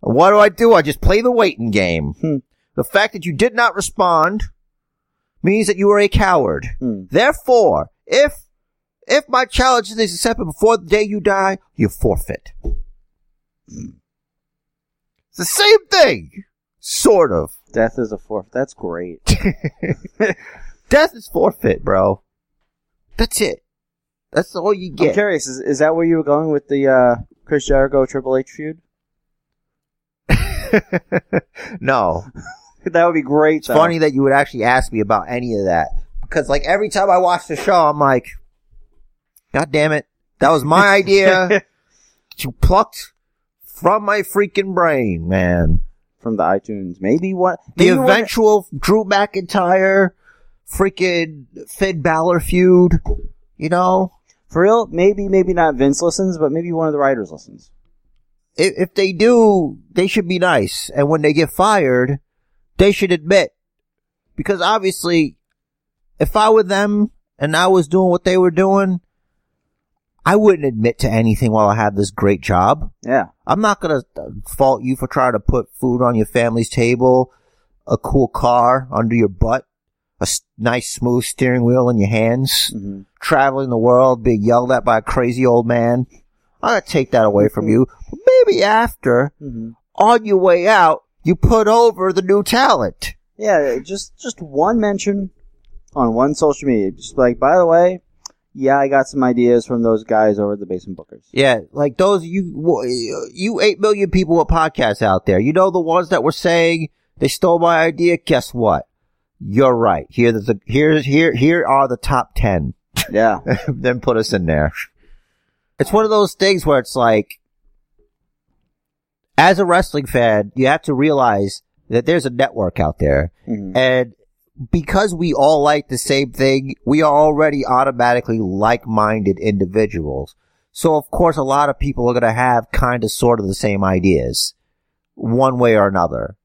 What do I do? I just play the waiting game. Hmm. The fact that you did not respond means that you are a coward. Hmm. Therefore, if if my challenge is accepted before the day you die, you forfeit. It's the same thing, sort of. Death is a fourth. That's great. Death is forfeit, bro. That's it. That's all you I'm get. curious. Is, is that where you were going with the uh, Chris Jericho Triple H feud? no, That would be great. it's though. funny that you would actually ask me about any of that because, like, every time I watch the show, I'm like, "God damn it, that was my idea." that you plucked from my freaking brain, man. from the iTunes. Maybe one. The maybe one- eventual Drew McIntyre, freaking Finn Balor feud, you know? for real. Maybe maybe not Vince listens, but maybe one of the writers listens. If, if they do, they should be nice. And when they get fired, they should admit. Because obviously, if I were them and I was doing what they were doing, I wouldn't admit to anything while I have this great job. Yeah, I'm not gonna uh, fault you for trying to put food on your family's table, a cool car under your butt, a s- nice smooth steering wheel in your hands, hmm traveling the world, being yelled at by a crazy old man. I'm gonna take that away from you. But maybe after, hmm on your way out, you put over the new talent. yeah. Just just one mention on one social media. Just like by the way, yeah, I got some ideas from those guys over at the Basement Bookers. Yeah, like those of you, you eight million people with podcasts out there. You know the ones that were saying they stole my idea. Guess what? You're right. Here, the here, here, here are the top ten. Yeah, then put us in there. It's one of those things where it's like, as a wrestling fan, you have to realize that there's a network out there, Mhm. and because we all like the same thing, we are already automatically like-minded individuals. So of course, a lot of people are going to have kind of sort of the same ideas, one way or another.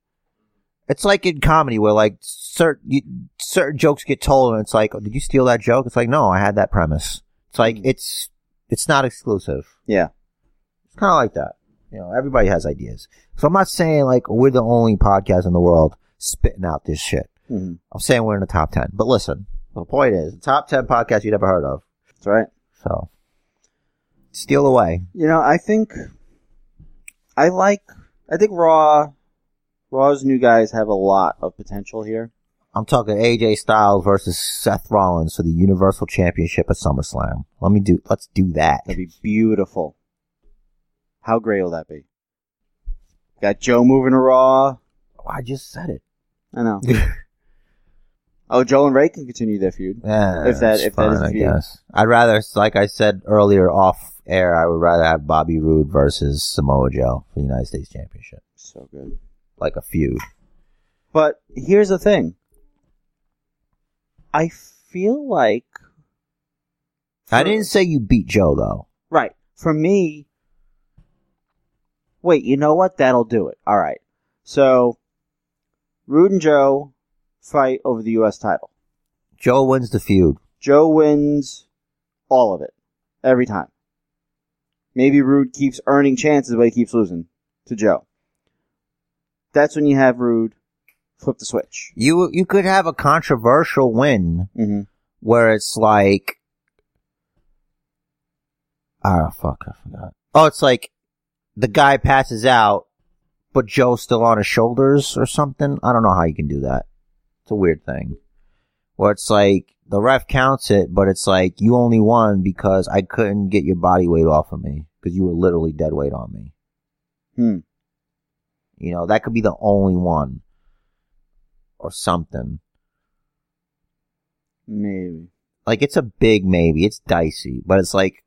It's like in comedy where like certain you, certain jokes get told, and it's like, oh, did you steal that joke? It's like, no, I had that premise. It's like it's it's not exclusive. yeah. It's kind of like that. You know, everybody has ideas. So I'm not saying like we're the only podcast in the world spitting out this shit. Mhm. I'm saying we're in the top 10. But listen, the point is, the top 10 podcast you'd ever heard of. That's right. So, steal away. You know, I think I like. I think Raw, Raw's new guys have a lot of potential here. I'm talking AJ Styles versus Seth Rollins for the Universal Championship at SummerSlam. Let me do, let's do that. That'd be beautiful. How great will that be? Got Joe moving to Raw. Oh, I just said it. I know. Oh, Joe and Ray can continue their feud. Yeah, If that- it's if that is fine, I viewed. guess. I'd rather, like I said earlier off air, I would rather have Bobby Roode versus Samoa Joe for the United States Championship. So good. Like a feud. But here's the thing. I feel like I didn't say you beat Joe though. Right. For me, wait, you know what? That'll do it. All right. So, Rude and Joe fight over the U.S. title. Joe wins the feud. Joe wins all of it, every time. Maybe Rude keeps earning chances, but he keeps losing to Joe. That's when you have Rude flip the switch. You you could have a controversial win Mm-hmm. where it's like, ah fuck, I forgot. Oh, it's like the guy passes out, but Joe's still on his shoulders or something. I don't know how you can do that. It's a weird thing. Where it's like the ref counts it, but it's like you only won because I couldn't get your body weight off of me because you were literally dead weight on me. Hmm. You know, that could be the only one or something. Maybe. Like, it's a big maybe. It's dicey, but it's like,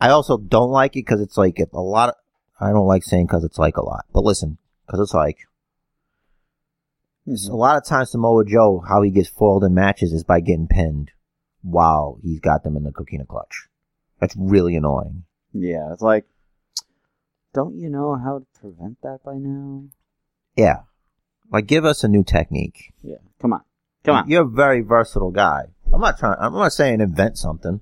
I also don't like it because it's like a lot of, I don't like saying because it's like a lot, but listen, because it's like, Mm-hmm. a lot of times Samoa Joe, how he gets foiled in matches is by getting pinned while he's got them in the coquina clutch. That's really annoying. Yeah, it's like, don't you know how to prevent that by now? Yeah. Like, give us a new technique. Yeah. Come on. Come on. You're a very versatile guy. I'm not trying. I'm not saying invent something.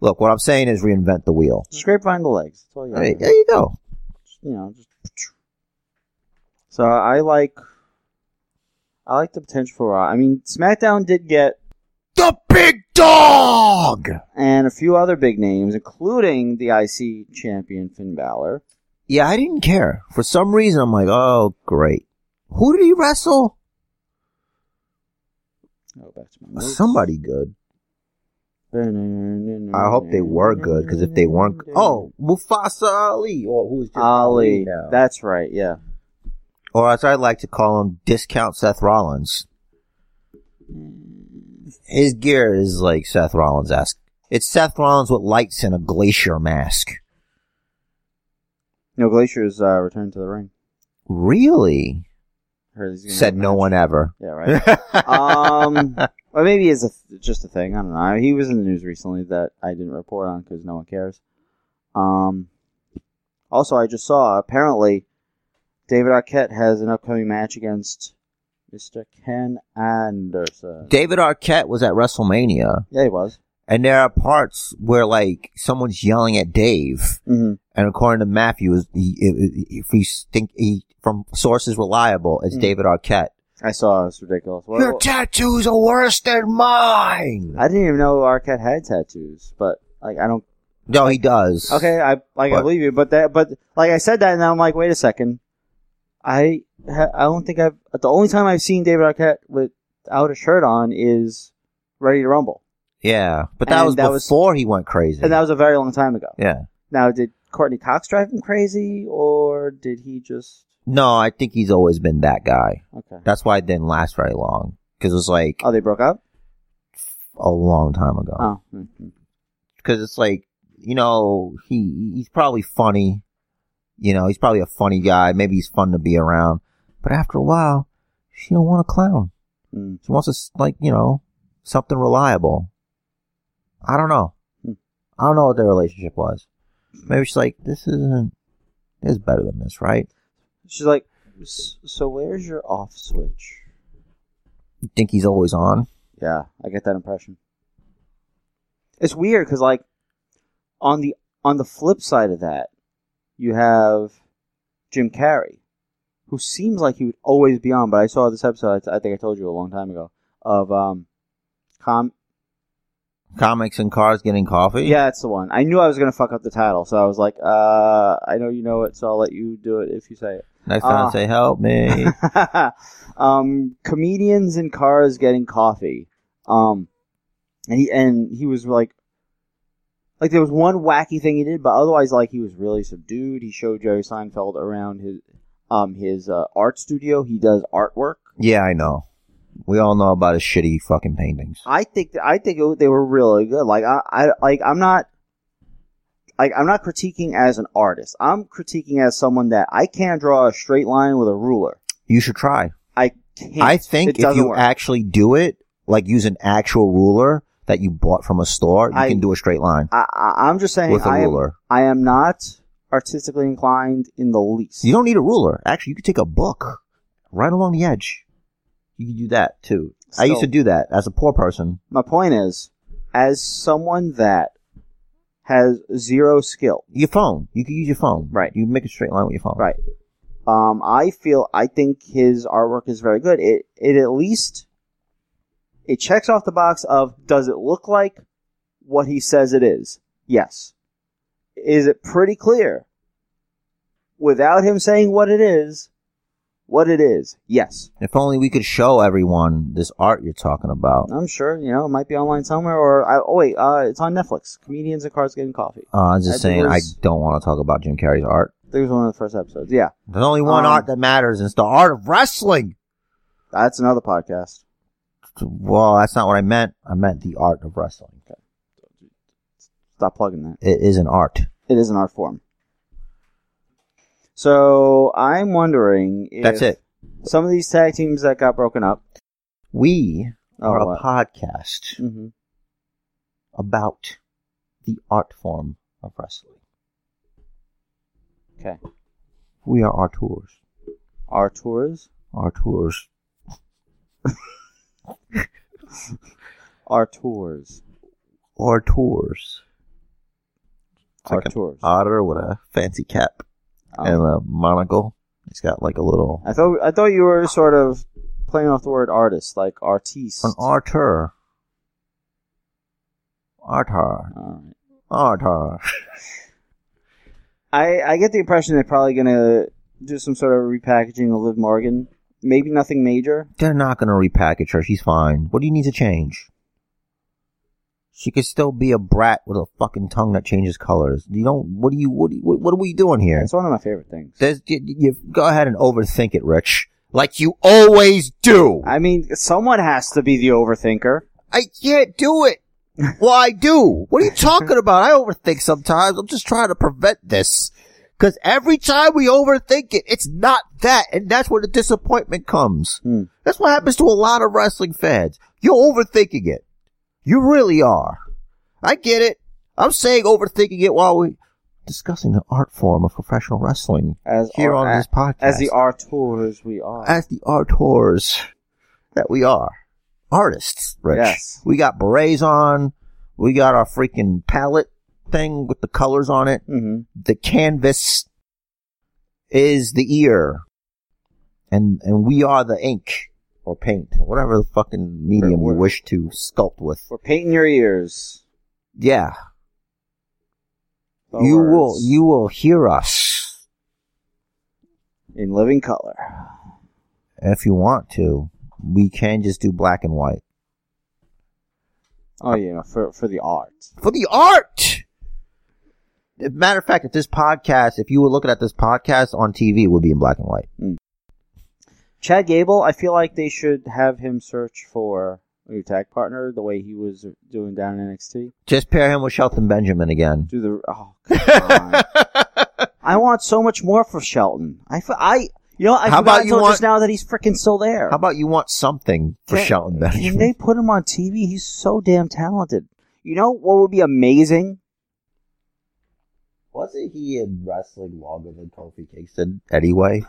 Look, what I'm saying is reinvent the wheel. Just scrape behind the legs. That's all you All right, gotta do. there you go. Just, You know, just. So I like, I like the potential for Raw. I mean, SmackDown did get The big dog. and a few other big names, including the IC champion Finn Balor. Yeah, I didn't care for some reason. I'm like, oh great. Who did he wrestle? Oh, back to my notes. Somebody good. I hope they were good because if they weren't, oh Mufasa Ali or who's just Ali. now, That's right. Yeah. or as I like to call him, discount Seth Rollins. His gear is like Seth Rollins esque. It's Seth Rollins with lights and a glacier mask. No, Glacier's uh, returned to the ring. Really? Heard he's gonna have Said a no match. one ever. Yeah. Right. um, or maybe it's a just a thing. I don't know. He was in the news recently that I didn't report on because no one cares. Um, also, I just saw apparently David Arquette has an upcoming match against Mr. Ken Anderson. David Arquette was at WrestleMania, Yeah, he was. and there are parts where like someone's yelling at Dave, Mm-hmm. and according to Matthew, he, he- if we think he from sources reliable, it's Hmm. David Arquette. I saw. It's ridiculous. What- Your tattoos are worse than mine. I didn't even know Arquette had tattoos, but like I don't. no, he does. Okay, I like I But- believe you, but that but like I said that, and I'm like, wait a second, I ha- I don't think I've the only time I've seen David Arquette without a shirt on is Ready to Rumble, Yeah, but that And was that was- before he went crazy. and that was a very long time ago. yeah. Now, did Courtney Cox drive him crazy, or did he just No, I think he's always been that guy. okay? That's why it didn't last very long because it was like Oh, they broke up. a long time ago. Oh, mhm. Because it's like you know he he's probably funny. You know he's probably a funny guy. Maybe he's fun to be around, but after a while, she don't want a clown. Mm. She wants us like you know something reliable. I don't know. Hmm. I don't know what their relationship was. Maybe she's like, this isn't. This is better than this, right? she's like, "S- so where's your off switch? You think he's always on? Yeah, I get that impression. It's weird because like on the on the flip side of that, you have Jim Carrey, who seems like he would always be on. But I saw this episode. I I think I told you a long time ago of um, com. Comics and cars getting coffee. Yeah, that's the one. I knew I was gonna fuck up the title, so I was like, uh, I know you know it, so I'll let you do it if you say it. Next time, Ah. say help me. um, comedians in cars getting coffee. Um, and he and he was like, like there was one wacky thing he did, but otherwise, like he was really subdued. He showed Jerry Seinfeld around his um his uh, art studio. He does artwork. yeah, I know. We all know about his shitty fucking paintings. I think that, I think it, they were really good. Like I, I like I'm not like I'm not critiquing as an artist. I'm critiquing as someone that I can't draw a straight line with a ruler. You should try. I can't. I think it if doesn't you work. actually do it, like use an actual ruler that you bought from a store, you I- can do a straight line I, I, I'm just saying with a I am, ruler. I am not artistically inclined in the least. You don't need a ruler. Actually, you could take a book right along the edge. You could do that too. I used to So- do that as a poor person. My point is, as someone that has zero skill, Your phone. You could use your phone. Right. You make a straight line with your phone. Right. um, I feel I think his artwork is very good. It it at least it checks off the box of does it look like what he says it is? Yes. Is it pretty clear without him saying what it is? What it is? Yes. If only we could show everyone this art you're talking about. I'm sure. You know, it might be online somewhere. Or I, oh wait, uh, it's on Netflix. Comedians and Cars Getting Coffee. Uh, I'm just I saying, think it I was- don't want to talk about Jim Carrey's art. There was one of the first episodes. Yeah, There's only one Um, art that matters, and it's the art of wrestling. that's another podcast. Well, that's not what I meant. I meant the art of wrestling. Stop plugging that. It is an art. It is an art form. So I'm wondering. If That's it. Some of these tag teams that got broken up. We Oh, are a what? podcast hmm about the art form of wrestling. Okay. We are arteurs. Our tours. Arteurs. Our tours. Arteurs. It's Our like an tours. otter with a fancy cap Um, and a monocle. He's got like a little I thought I thought you were sort of playing off the word artist, like artiste. an artur. Artar. All right. Artar. I, I get the impression they're probably gonna do some sort of repackaging of Liv Morgan. Maybe nothing major. They're not gonna repackage her. She's fine. What do you need to change? She could still be a brat with a fucking tongue that changes colors. You don't. What do you? What? do you- What, what are we doing here? It's one of my favorite things. There's, you, you go ahead and overthink it, Rich, like you always do. I mean, someone has to be the overthinker. I can't do it. Well, I do. What are you talking about? I overthink sometimes. I'm just trying to prevent this. Cause every time we overthink it, it's not that. And that's where the disappointment comes. Hmm. That's what happens to a lot of wrestling fans. You're overthinking it. You really are. I get it. I'm saying overthinking it while we discussing the art form of professional wrestling As here our- on this podcast. as the artors we are. as the artors that we are. Artists, Rich. Yes. We got berets on. We got our freaking palette thing with the colors on it. hmm The canvas is the ear. And and we are the ink or paint, whatever the fucking medium you Right. wish to sculpt with. We're painting your ears. Yeah. The you will words you will hear us in living color. if you want to. We can just do black and white. Oh, you know, for for the art. for the art. As a matter of fact, if this podcast, if you were looking at this podcast on TV, it would be in black and white. Chad Gable, I feel like they should have him search for a new tag partner the way he was doing down in NXT. Just pair him with Shelton Benjamin again. Do the oh come on. I want so much more for Shelton. I, f- I- you know, I How How about forgot you until want- just now that he's freaking still there. How about you want something for Can- Shelton Can Benjamin? they put him on TV? He's so damn talented. You know what would be amazing? Wasn't he in wrestling longer than Kofi Kingston anyway?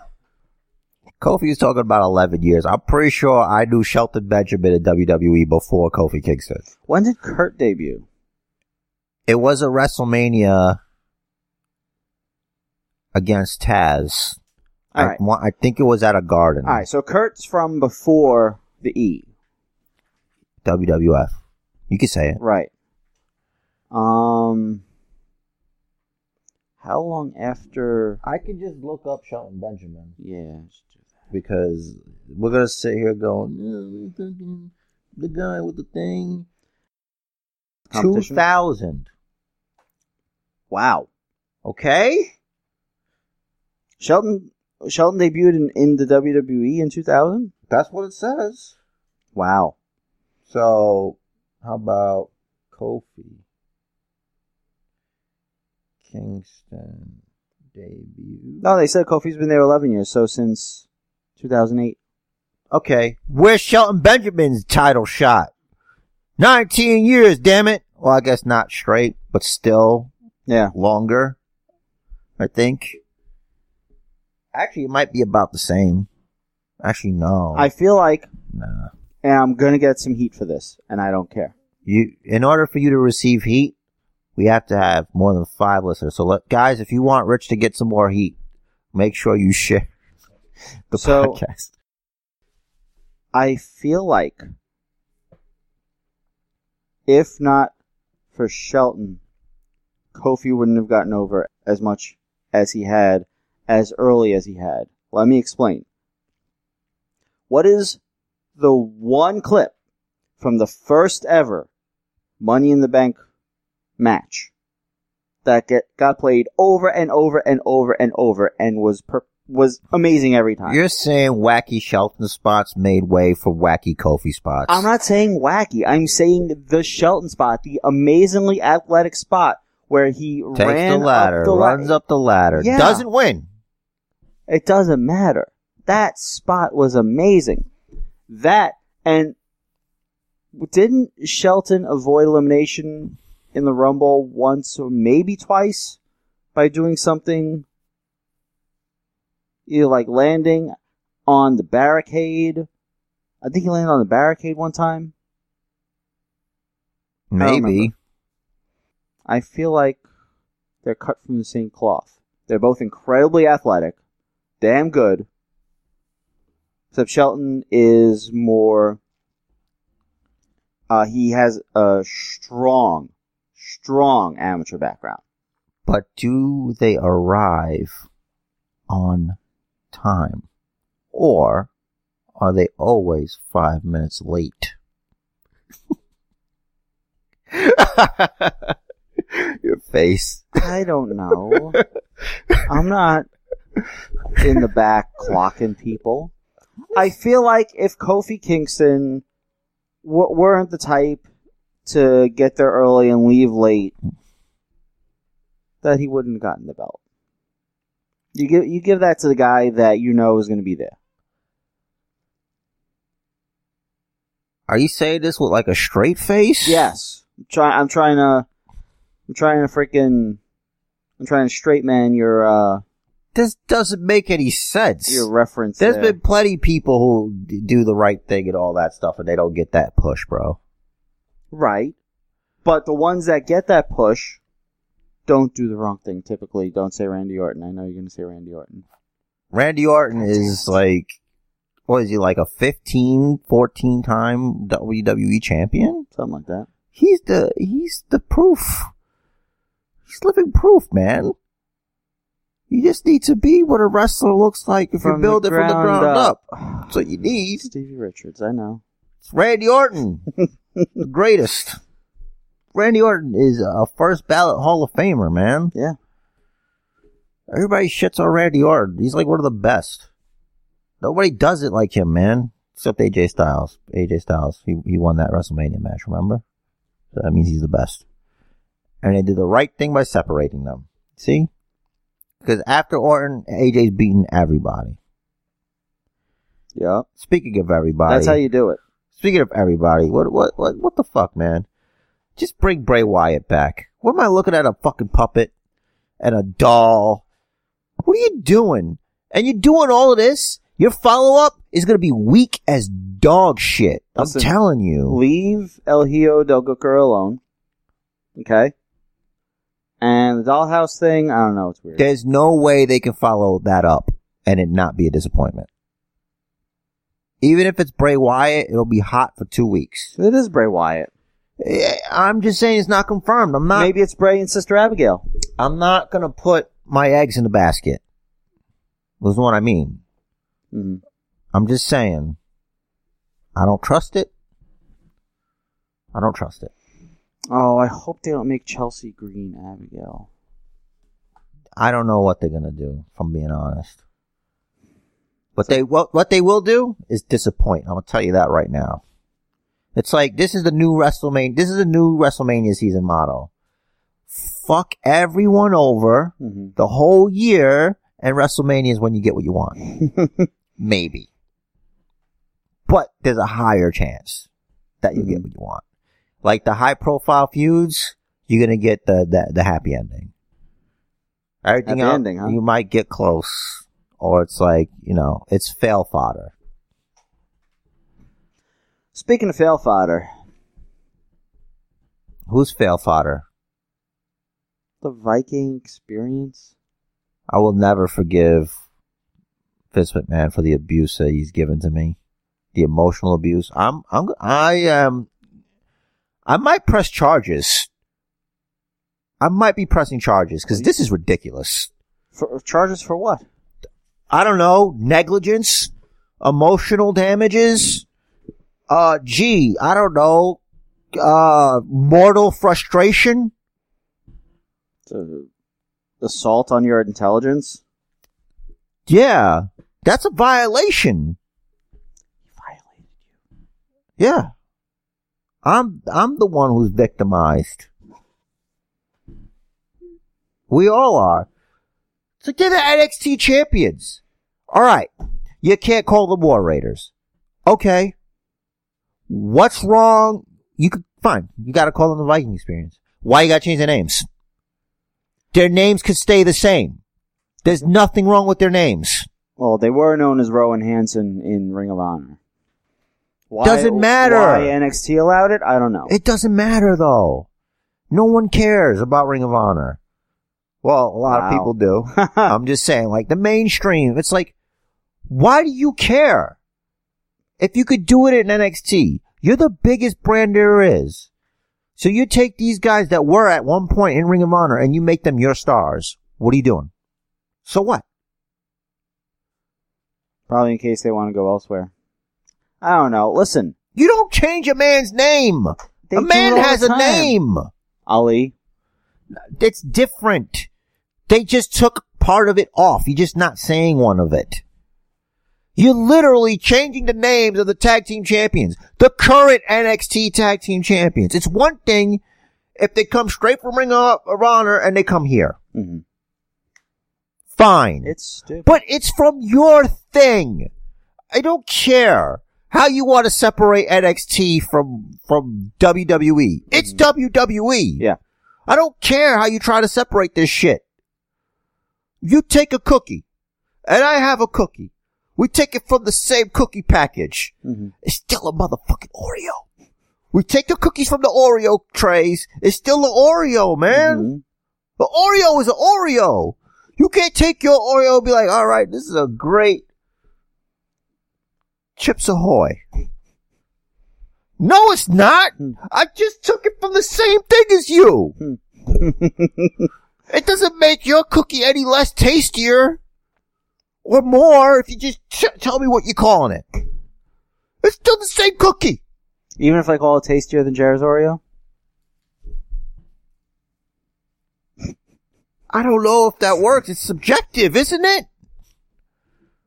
Kofi was talking about 11 years. I'm pretty sure I knew Shelton Benjamin in WWE before Kofi Kingston. When did Kurt debut? It was a WrestleMania against Taz. All I, right. wa- I think it was at a garden. All right, so Kurt's from before the E, WWF. You can say it. right? Um, how long after? I can just look up Shelton Benjamin Yeah, let's do that. because we're gonna sit here going, "Yeah, we're thinking the guy with the thing. Two Competition? thousand. wow. Okay. Shelton Shelton debuted in, in the WWE in 2000. That's what it says. Wow. So, how about Kofi? Kingston debut. No, they said Kofi's been there 11 years, so since 2008. Okay. Where's Shelton Benjamin's title shot? 19 years, damn it. Well, I guess not straight, but still Yeah. longer, I think. Actually, it might be about the same. Actually, no. I feel like, nah. and I'm gonna get some heat for this, and I don't care. You, in order for you to receive heat, we have to have more than five listeners. So, let, guys, if you want Rich to get some more heat, make sure you share the So- podcast. I feel like, if not for Shelton, Kofi wouldn't have gotten over as much as he had, as early as he had. Let me explain. What is the one clip from the first ever Money in the Bank match that get, got played over and over and over and over and was per- was amazing every time? You're saying wacky Shelton spots made way for wacky Kofi spots. I'm not saying wacky. I'm saying the Shelton spot, the amazingly athletic spot where he Takes ran the ladder, up the la- runs up the ladder, Yeah. doesn't win. It doesn't matter. That spot was amazing. That and didn't Shelton avoid elimination in the Rumble once or maybe twice by doing something either like landing on the barricade. I think he landed on the barricade one time. don't Maybe. I feel like they're cut from the same cloth. They're both incredibly athletic, damn good. Except Shelton is more. Uh, he has a strong, strong amateur background. But do they arrive on time? Or are they always five minutes late? Your face. I don't know. I'm not in the back clocking people. I feel like if Kofi Kingston w- weren't the type to get there early and leave late, that he wouldn't have gotten the belt. You give you give that to the guy that you know is going to be there. Are you saying this with like a straight face? Yes, I'm try. I'm trying to. I'm trying to freaking. I'm trying to straight man your uh This doesn't make any sense. your reference. There's there. been plenty of people who d- do the right thing and all that stuff, and they don't get that push, bro. Right. But the ones that get that push don't do the wrong thing typically. Don't say Randy Orton. I know you're going to say Randy Orton. Randy Orton is like, what is he, like a 15, 14 time WWE champion? Something like that. He's the, he's the proof. He's living proof, man. You just need to be what a wrestler looks like if you build it from the ground up. That's what you need. Stevie Richards, I know. It's Randy Orton, the greatest. Randy Orton is a first ballot Hall of Famer, man. Yeah. Everybody shits on Randy Orton. He's like one of the best. Nobody does it like him, man. Except AJ Styles. AJ Styles. He he won that WrestleMania match, remember? So that means he's the best. And they did the right thing by separating them. See? Because after Orton, AJ's beaten everybody. Yeah. Speaking of everybody, That's how you do it. Speaking of everybody, what what what what the fuck, man? Just bring Bray Wyatt back. What am I looking at a fucking puppet and a doll? What are you doing? And you're doing all of this. Your follow up is gonna be weak as dog shit. I'm Listen, telling you. Leave El Hijo del Gokuro alone. Okay? And the dollhouse thing, I don't know, it's weird. There's no way they can follow that up and it not be a disappointment. Even if it's Bray Wyatt, it'll be hot for two weeks. It is Bray Wyatt. Eh, I'm just saying it's not confirmed. I'm not. Maybe it's Bray and Sister Abigail. I'm not gonna put my eggs in the basket. Was what I mean. hmm I'm just saying. I don't trust it. I don't trust it. Oh, I hope they don't make Chelsea Green Abigail. I don't know what they're gonna do. If I'm being honest. But they what what they will do is disappoint. I'm gonna tell you that right now. It's like this is the new WrestleMania. This is the new WrestleMania season motto. Fuck everyone over hmm the whole year, and WrestleMania is when you get what you want. Maybe. But there's a higher chance that you'll get Mhm. what you want. Like the high profile feuds, you're gonna get the, the, the happy ending. Everything Happy else, ending, huh? you might get close. Or it's like, you know, it's fail fodder. Speaking of fail fodder, Who's fail fodder? the Viking experience. I will never forgive Vince McMahon for the abuse that he's given to me, the emotional abuse. I'm, I'm, I am, I might press charges. I might be pressing charges because this is ridiculous. For, charges for what? I don't know, negligence, emotional damages. Uh, gee, I don't know, uh, mortal frustration. To assault on your intelligence? Yeah, that's a violation. Violated Yeah. I'm I'm the one who's victimized. We all are. So they're the NXT champions. All right. You can't call them War Raiders. Okay. What's wrong? You could fine. You got to call them the Viking Experience. Why you got to change their names? Their names could stay the same. There's nothing wrong with their names. Well, they were known as Rowan Hansen in Ring of Honor. Why, Doesn't matter. Why NXT allowed it? I don't know. It doesn't matter though. No one cares about Ring of Honor. Well, a lot of Wow. people do. I'm just saying, like the mainstream, it's like, why do you care? If you could do it in NXT, you're the biggest brand there is. So you take these guys that were at one point in Ring of Honor and you make them your stars. What are you doing? So what? Probably in case they want to go elsewhere. I don't know. Listen, You don't change a man's name. They a do man it all has the a time. name. Ali. It's different. They just took part of it off. You're just not saying one of it. You're literally changing the names of the tag team champions, the current NXT tag team champions. It's one thing if they come straight from Ring of of Honor and they come here. hmm Fine. It's stupid. But it's from your thing. I don't care how you want to separate NXT from from WWE. It's E. WWE. Yeah. I don't care how you try to separate this shit. You take a cookie, and I have a cookie. We take it from the same cookie package. Mhm. It's still a motherfucking Oreo. We take the cookies from the Oreo trays. It's still an Oreo, man. Mhm. The Oreo is an Oreo. You can't take your Oreo and be like, all right, this is a great Chips Ahoy. No, it's not. Hmm. I just took it from the same thing as you. Hmm. it doesn't make your cookie any less tastier or more if you just t- tell me what you're calling it. It's still the same cookie. Even if I call it tastier than Jared's Oreo? I don't know if that works. It's subjective, isn't it?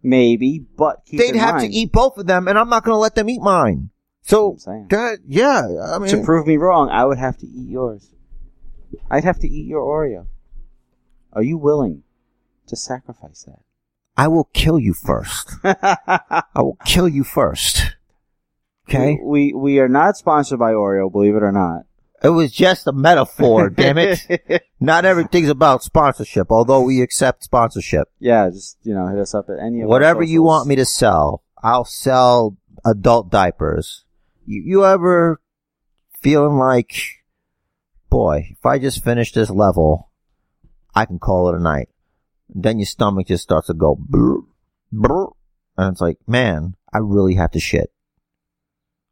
Maybe, but keep they'd in have mind, to eat both of them, and I'm not going to let them eat mine. So I'm saying. that, yeah, I mean, to prove me wrong, I would have to eat yours. I'd have to eat your Oreo. Are you willing to sacrifice I will kill you first. that? I will kill you first. Okay, We we are not sponsored by Oreo, believe it or not. it was just a metaphor. damn it! Not everything's about sponsorship, although we accept sponsorship. yeah, just you know, hit us up at any of our Whatever you socials. want me to sell, I'll sell adult diapers. You, you ever feeling like, boy, if I just finish this level, I can call it a night. Then your stomach just starts to go brr, brr, and it's like, man, I really have to shit.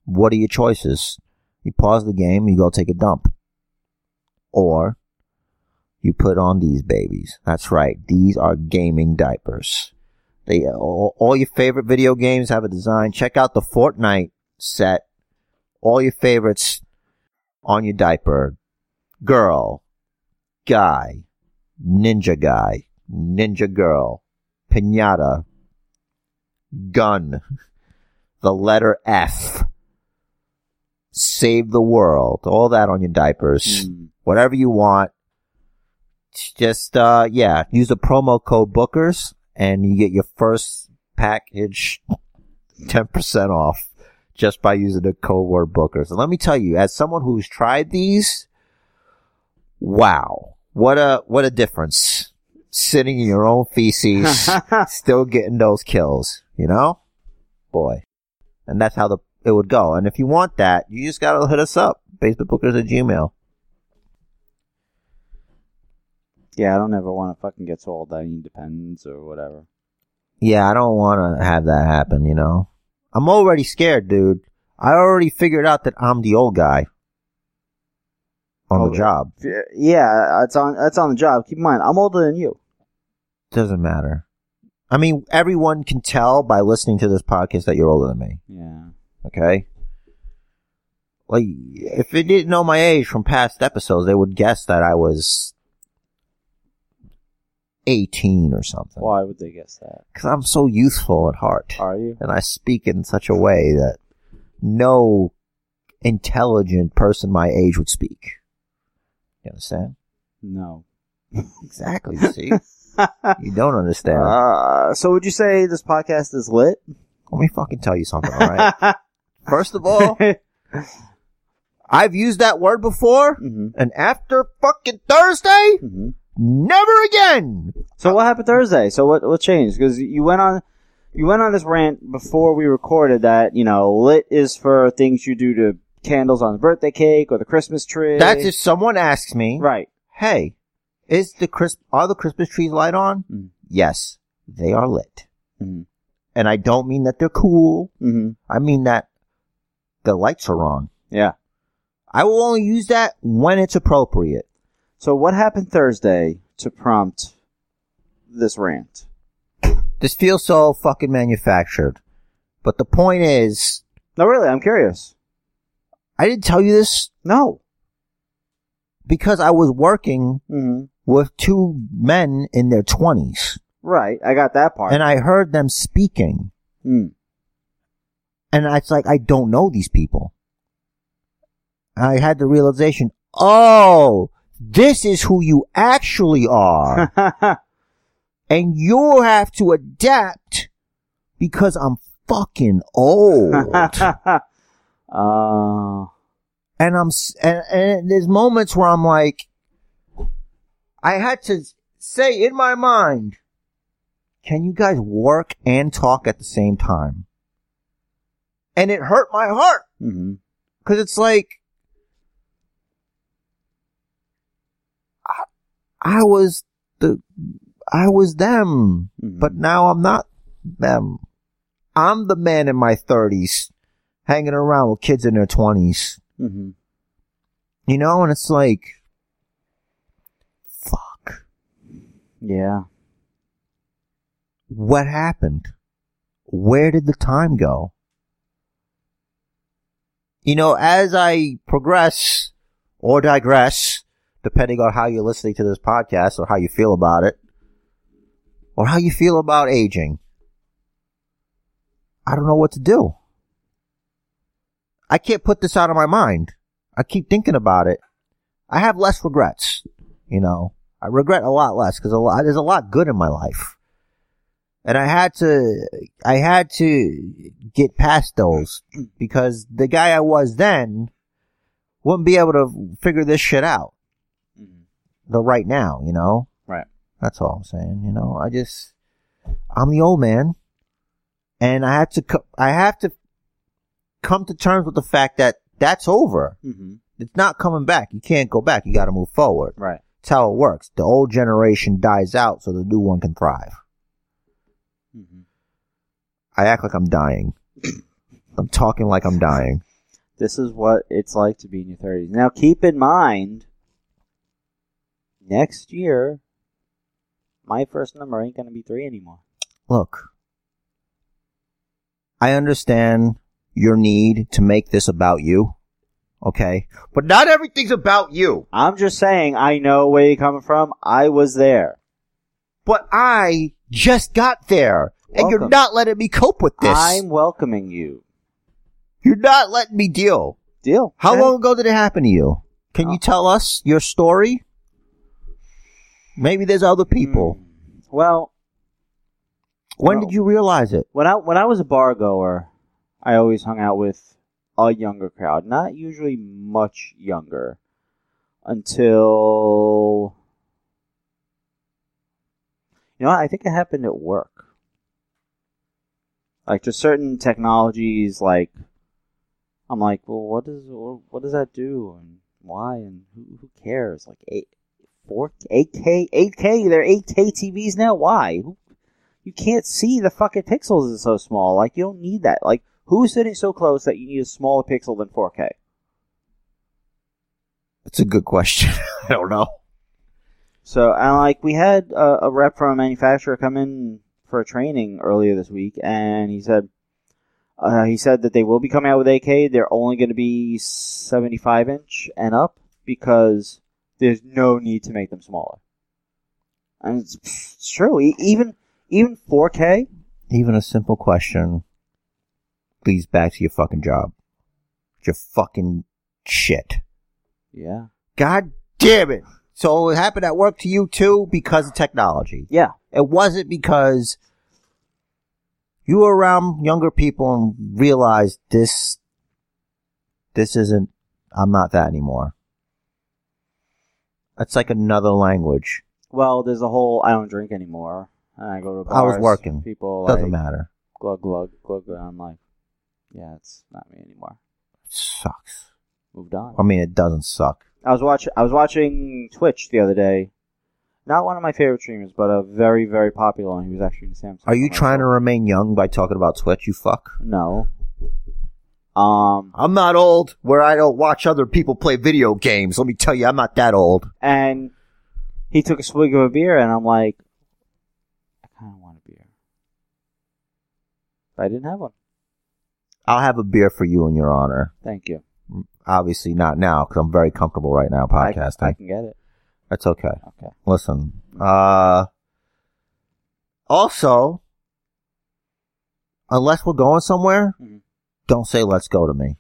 What are your choices? You pause the game, you go take a dump. Or you put on these babies. That's right. These are gaming diapers. They all, all your favorite video games have a design. Check out the Fortnite set. All your favorites on your diaper. Girl, guy, ninja guy, ninja girl, pinata, gun, the letter F, save the world, all that on your diapers. Whatever you want. Just, uh, yeah, use the promo code Bookers and you get your first package 10% off just by using the code word Bookers. And let me tell you, as someone who's tried these, wow, what a, what a difference. Sitting in your own feces Hmm. still getting those kills, you know? Boy. And that's how the it would go. And if you want that, you just gotta hit us up. Facebookbookers at Gmail. yeah, I don't ever want to fucking get told I need dependence or whatever. Yeah, I don't wanna have that happen, you know? I'm already scared, dude. I already figured out that I'm the old guy. On Oh. the job. Yeah, it's on. That's on the job. Keep in mind, I'm older than you. Doesn't matter. I mean, everyone can tell by listening to this podcast that you're older than me. Yeah. Okay? Like, if they didn't know my age from past episodes, they would guess that I was 18 or something. Why would they guess that? Because I'm so youthful at heart. Are you? And I speak in such a way that no intelligent person my age would speak. You understand? No. Exactly. Uh-huh. See? you don't understand. Uh, so would you say this podcast is lit? Let me fucking tell you something, alright? First of all, I've used that word before, hmm and after fucking Thursday, hmm Never again. So what happened Thursday? So what what changed? Because you went on, you went on this rant before we recorded that you know lit is for things you do to candles on the birthday cake or the Christmas tree. That's if someone asks me, Right. "Hey, is the Chris are the Christmas trees light on?" Mm. Yes, they are lit, Mm-hmm. and I don't mean that they're cool. hmm I mean that the lights are on. Yeah. I will only use that when it's appropriate. So what happened Thursday to prompt this rant? This feels so fucking manufactured. But the point is, No, really, I'm curious. I didn't tell you this No. because I was working hmm with two men in their 20s Right. I got that part. and I heard them speaking. Mm. And it's like, I don't know these people. I had the realization, oh, this is who you actually are. and you'll have to adapt because I'm fucking old. uh, and I'm, s- and, and there's moments where I'm like, I had to say in my mind, can you guys work and talk at the same time? And it hurt my heart. hmm Cause it's like, I, I was the, I was them, but now I'm not them. I'm the man in my thirties hanging around with kids in their twenties, hmm you know? And it's like, fuck, Yeah. what happened? Where did the time go? You know, as I progress or digress, depending on how you're listening to this podcast or how you feel about it, or how you feel about aging, I don't know what to do. I can't put this out of my mind. I keep thinking about it. I have less regrets, you know. I regret a lot less because a lot, there's a lot good in my life. And I had to, I had to get past those because the guy I was then wouldn't be able to figure this shit out Mhm. the right now, you know? Right. That's all I'm saying. You know, I just, I'm the old man, and I have to, co- I have to come to terms with the fact that that's over. hmm It's not coming back. You can't go back. You got to move forward. Right. It's how it works. The old generation dies out so the new one can thrive. I act like I'm dying. I'm talking like I'm dying. This is what it's like to be in your 30s. Now, keep in mind, next year, my first number ain't going to be three anymore. Look, I understand your need to make this about you. Okay? But not everything's about you. I'm just saying, I know where you're coming from. I was there. But I just got there. And you're Welcome. not letting me cope with this. I'm welcoming you. You're not letting me deal. Deal. How Okay. long ago did it happen to you? Can you Oh. tell us your story? Maybe there's other people. Hmm. Well, When No. did you realize it? when I when I was a bar goer, I always hung out with a younger crowd, not usually much younger, until you know. what? I think it happened at work. Like just certain technologies, like I'm like, well, what does what does that do and why and who, who cares? Like eight, four, eight K, eight K. They're eight K TVs now. Why? Who you can't see the fucking pixels is so small. Like you don't need that. Like who's sitting so close that you need a smaller pixel than 4K? It's a good question. I don't know. So and like we had a, a rep from a manufacturer come in for a training earlier this week, and he said uh, he said that they will be coming out with AK. They're only going to be 75 inch and up because there's no need to make them smaller. And it's, it's true. E- Even even 4K. Even a simple question leads back to your fucking job. Your fucking shit. Yeah. God damn it. So it happened at work to you too because of technology. Yeah. It wasn't because you were around younger people and realized this, this isn't, I'm not that anymore. It's like another language. Well, there's a whole I don't drink anymore. And I go to bars. I was working. People Doesn't like, matter. Glug glug glug. glug, And I'm like, yeah, it's not me anymore. It sucks. Moved on. I mean, it doesn't suck. I was watch I was watching Twitch the other day. Not one of my favorite streamers, but a very very popular one. He was actually in Samsung. Are you I'm like, trying to remain young by talking about Twitch, you fuck? No. Um, I'm not old where I don't watch other people play video games. Let me tell you, I'm not that old. and he took a swig of a beer, and I'm like, I kind of want a beer, but I didn't have one. I'll have a beer for you in your honor. Thank you. Obviously not now because I'm very comfortable right now I- podcasting. I can get it. That's okay. Okay. Listen. Uh, also, unless we're going somewhere, Mhm. don't say "Let's go" to me.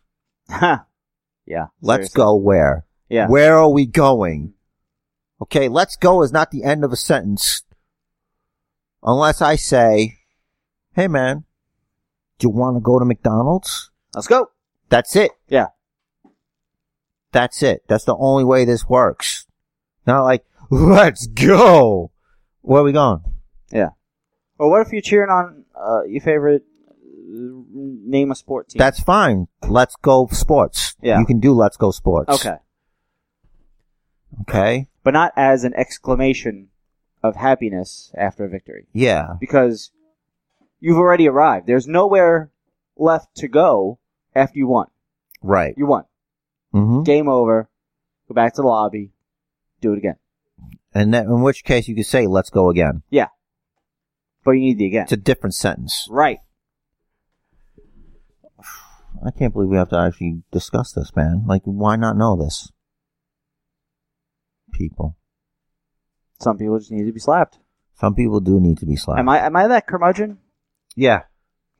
Ha. yeah. Let's seriously. go where? Yeah. Where are we going? Okay, let's go is not the end of a sentence. Unless I say, hey man, do you want to go to McDonald's? Let's go. That's it. Yeah. That's it. That's the only way this works. Not like, let's go. Where are we going? Or what if you're cheering on uh, your favorite uh, name of sport team? That's fine. Let's go sports. Yeah. You can do let's go sports. okay, Okay. but not as an exclamation of happiness after a victory, Yeah. because you've already arrived. There's nowhere left to go after you won. Right. You won. Mm-hmm. Game over. Go back to the lobby. Do it again. And that, in which case you could say let's go again. But you need the again. It's a different sentence. Right. I can't believe we have to actually discuss this, man. Like, why not know this? People. Some people just need to be slapped. Some people do need to be slapped. Am I am I that curmudgeon? Yeah.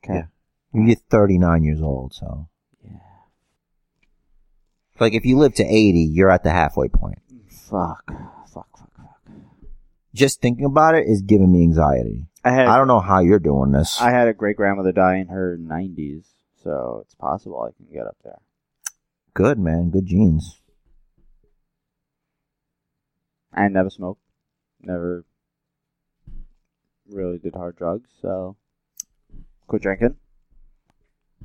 Okay. Yeah. You're 39 years old, so. Yeah. Like, if you live to 80, you're at the halfway point. Fuck. Fuck. Fuck. Fuck. Just thinking about it is giving me anxiety. I had I don't know how you're doing this. I had a great grandmother die in her 90s, so it's possible I can get up there. Good, man. Good genes. I never smoked, never really did hard drugs, so quit drinking.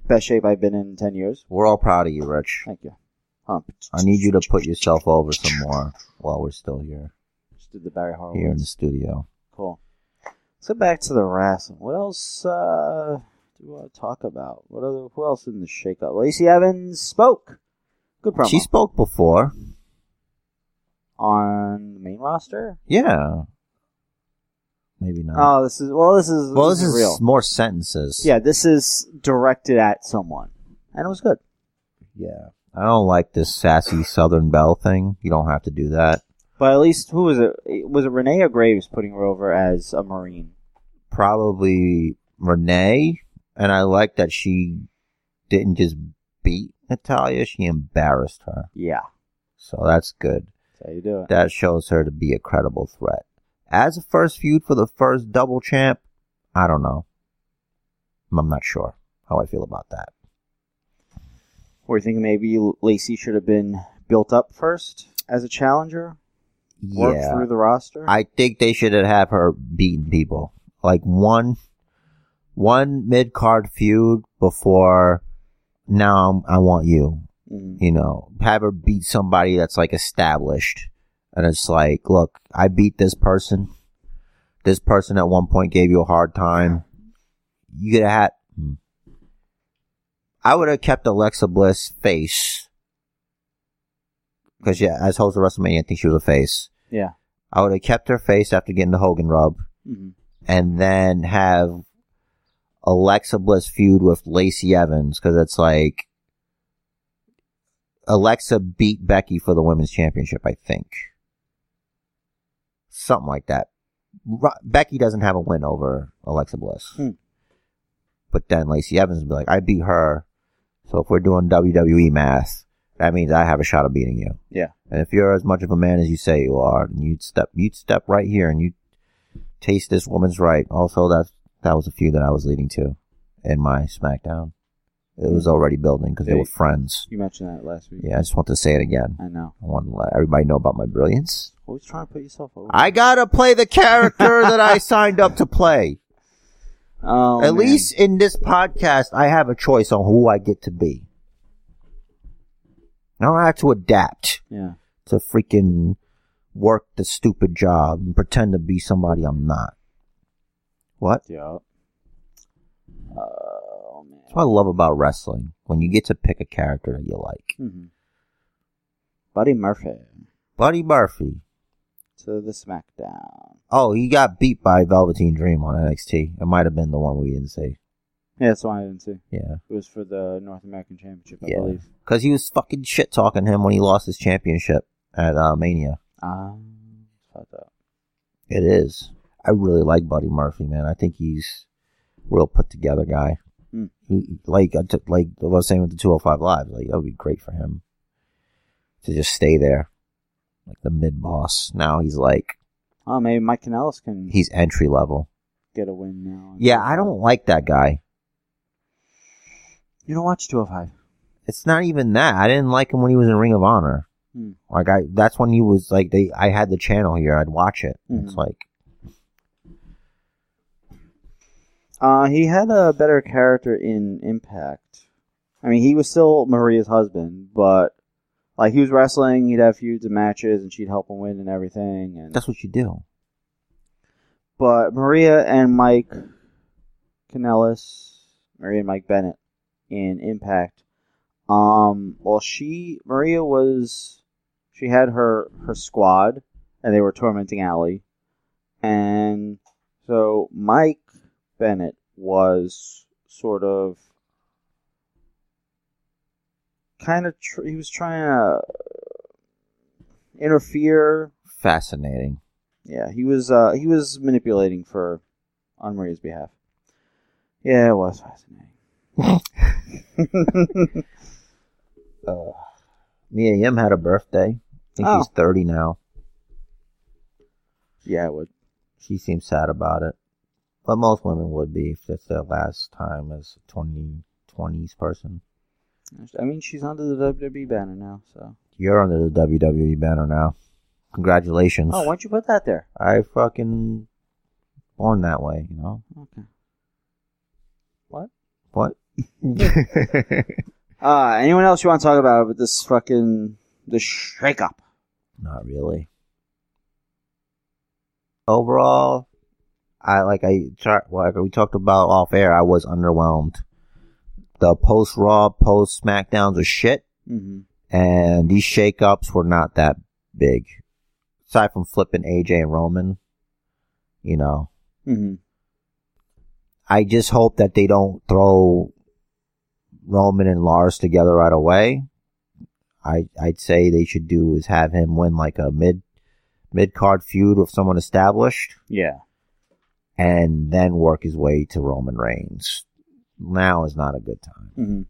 Best shape I've been in in 10 years. We're all proud of you, Rich. Thank you. Hump. I need you to put yourself over some more while we're still here. just did the Barry Horowitz. here in the studio. Cool. Let's get back to the wrestling. What else uh, do we want to talk about? What other? Who else in the shakeup? Lacey Evans spoke. Good promo She spoke before. on the main roster. Yeah. Maybe not. Oh, this is well. This is well, this is real. more sentences. Yeah, this is directed at someone, and it was good. Yeah. I don't like this sassy Southern Belle thing. You don't have to do that. But at least who was it? It- Was it Renee or Graves putting her over as a Marine? Probably Renee, and I like that she didn't just beat Natalia, she embarrassed her. Yeah, So that's good. that's how you do it. That shows her to be a credible threat. As a first feud for the first double champ, I don't know. I'm not sure how I feel about that. Were you thinking maybe Lacey should have been built up first as a challenger, work Yeah. through the roster? I think they should have her beating people. Like one, one mid card feud before. Now I'm, I want you. Mhm. You know, have her beat somebody that's like established, and it's like, look, I beat this person. This person at one point gave you a hard time. You could have had. hmm. I would have kept Alexa Bliss face. Because, yeah, as host of WrestleMania, I think she was a face. Yeah. I would have kept her face after getting the Hogan rub, Mhm. and then have Alexa Bliss feud with Lacey Evans because it's like Alexa beat Becky for the women's championship, I think, something like that. Ro- Becky doesn't have a win over Alexa Bliss, Hmm. but then Lacey Evans would be like, "I beat her," so if we're doing WWE math, that means I have a shot of beating you. Yeah. And if you're as much of a man as you say you are, and you'd step you'd step right here and you taste this woman's right. Also, that that was a feud that I was leading to in my SmackDown. It was already building because they were friends. Hmm. You mentioned that last week. Yeah, I just want to say it again. I know. I want to let everybody know about my brilliance. Always trying to put yourself over. I gotta play the character that I signed up to play. Oh, At man. least in this podcast, I have a choice on who I get to be. I don't have to adapt Yeah. to freaking work the stupid job and pretend to be somebody I'm not. What? Yeah. Oh man. That's what I love about wrestling. When you get to pick a character that you like. Mhm. Buddy Murphy Buddy Murphy. to the SmackDown. Oh, he got beat by Velveteen Dream on NXT. It might have been the one we didn't see. Yeah, that's why I didn't see. Yeah. It was for the North American Championship, I Yeah. believe. Because he was fucking shit talking him when he lost his championship at uh, Mania. Um, fucked up. It is. I really like Buddy Murphy, man. I think he's a real put together guy. Hmm. He, like I took, like I was saying with the 205 Live, like that would be great for him to just stay there, like the mid boss. Now he's like Oh, maybe Mike Kanellis can he's entry level. get a win now. Yeah, I don't like that guy. You don't watch 205. It's not even that. I didn't like him when he was in Ring of Honor. Hmm. Like I, that's when he was like they. I had the channel here. I'd watch it. It's Mhm. like Uh, he had a better character in Impact. I mean, he was still Maria's husband, but like he was wrestling, he'd have feuds and matches, and she'd help him win and everything. And that's what you do. but Maria and Mike Canellis, Maria and Mike Bennett in Impact. Um, well, she Maria was she had her her squad, and they were tormenting Allie, and so Mike Bennett was sort of kind of tr- he was trying to interfere Fascinating. yeah, he was uh, he was manipulating for on Maria's behalf. Yeah, it was fascinating. Uh, Mia Yim had a birthday. I think Oh. she's thirty now. yeah, it would. She seems sad about it, but most women would be if that's their last time as a 20, 20s person. I mean, she's under the WWE banner now, so. You're under the WWE banner now. Congratulations. Oh, why'd you put that there? I fucking born that way, you know. Okay. What? Uh, anyone else you want to talk about with this fucking this shakeup? Not really. overall, I like I char- well, like we talked about off air. I was underwhelmed. The post Raw, post Smackdowns are shit, Mm-hmm. and these shakeups were not that big, aside from flipping AJ and Roman. You know, Mm-hmm. I just hope that they don't throw Roman and Lars together right away. I I'd say they should do is have him win like a mid mid card feud with someone established. Yeah. and then work his way to Roman Reigns. Now is not a good time. Mm-hmm.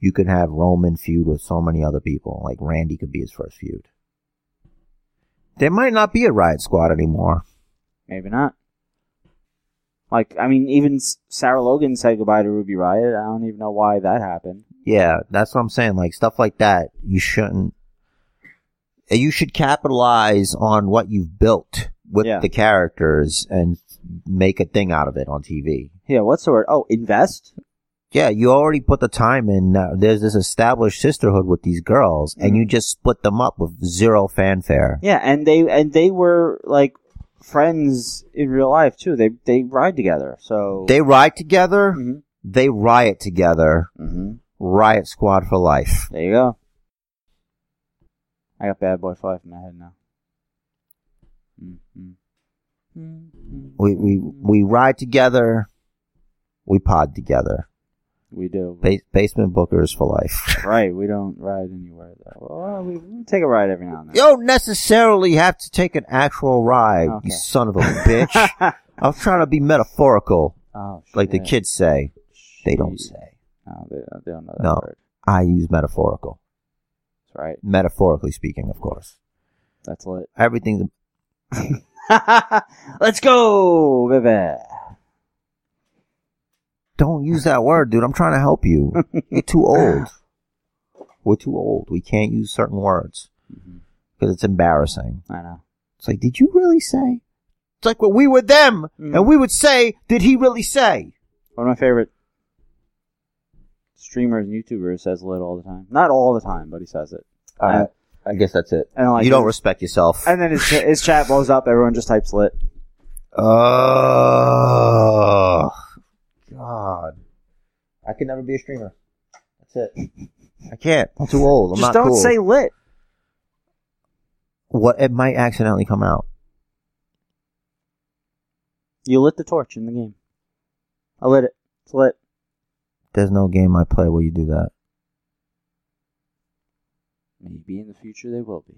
You can have Roman feud with so many other people. Like Randy could be his first feud. There might not be a Riot Squad anymore. Maybe not. Like, I mean, even S- Sarah Logan said goodbye to Ruby Riot. I don't even know why that happened. Yeah, that's what I'm saying. Like stuff like that, you shouldn't. You should capitalize on what you've built with Yeah. the characters and make a thing out of it on TV. Yeah, what's the word? Oh, invest? Yeah, you already put the time in. Now there's this established sisterhood with these girls, and you just split them up with zero fanfare. Yeah, and they and they were like friends in real life too. They they ride together. So They ride together, Mhm. they riot together. Mhm. Riot Squad for life. There you go. I got Bad Boy Five in my head now. Mm-hmm. We we we ride together, we pod together. we do Ba- basement bookers for life. right. We don't ride anywhere though. Well, uh, we, we take a ride every now and You then. don't necessarily have to take an actual ride, Okay. you son of a bitch. I'm trying to be metaphorical, oh, shit. like the kids say. They don't Jeez. say. No, they, uh, they don't know that No. word. I use metaphorical, That's right. metaphorically speaking, of course. That's lit. Everything's Let's go, baby. Don't use that word, dude. I'm trying to help you. You're too old. We're too old. We can't use certain words because it's embarrassing. I know. It's like, did you really say? It's like, well, we were them, and we would say, did he really say? One of my favorite streamers and YouTubers says lit all the time. Not all the time, but he says it. Uh, I guess that's it. And like you don't respect yourself. And then his, his chat blows up. Everyone just types lit. Oh, God. I can never be a streamer. That's it. I can't. I'm too old. I'm just not don't cool. say lit. what it might accidentally come out. You lit the torch in the game. I lit it. It's lit. There's no game I play where you do that. Maybe in the future they will be.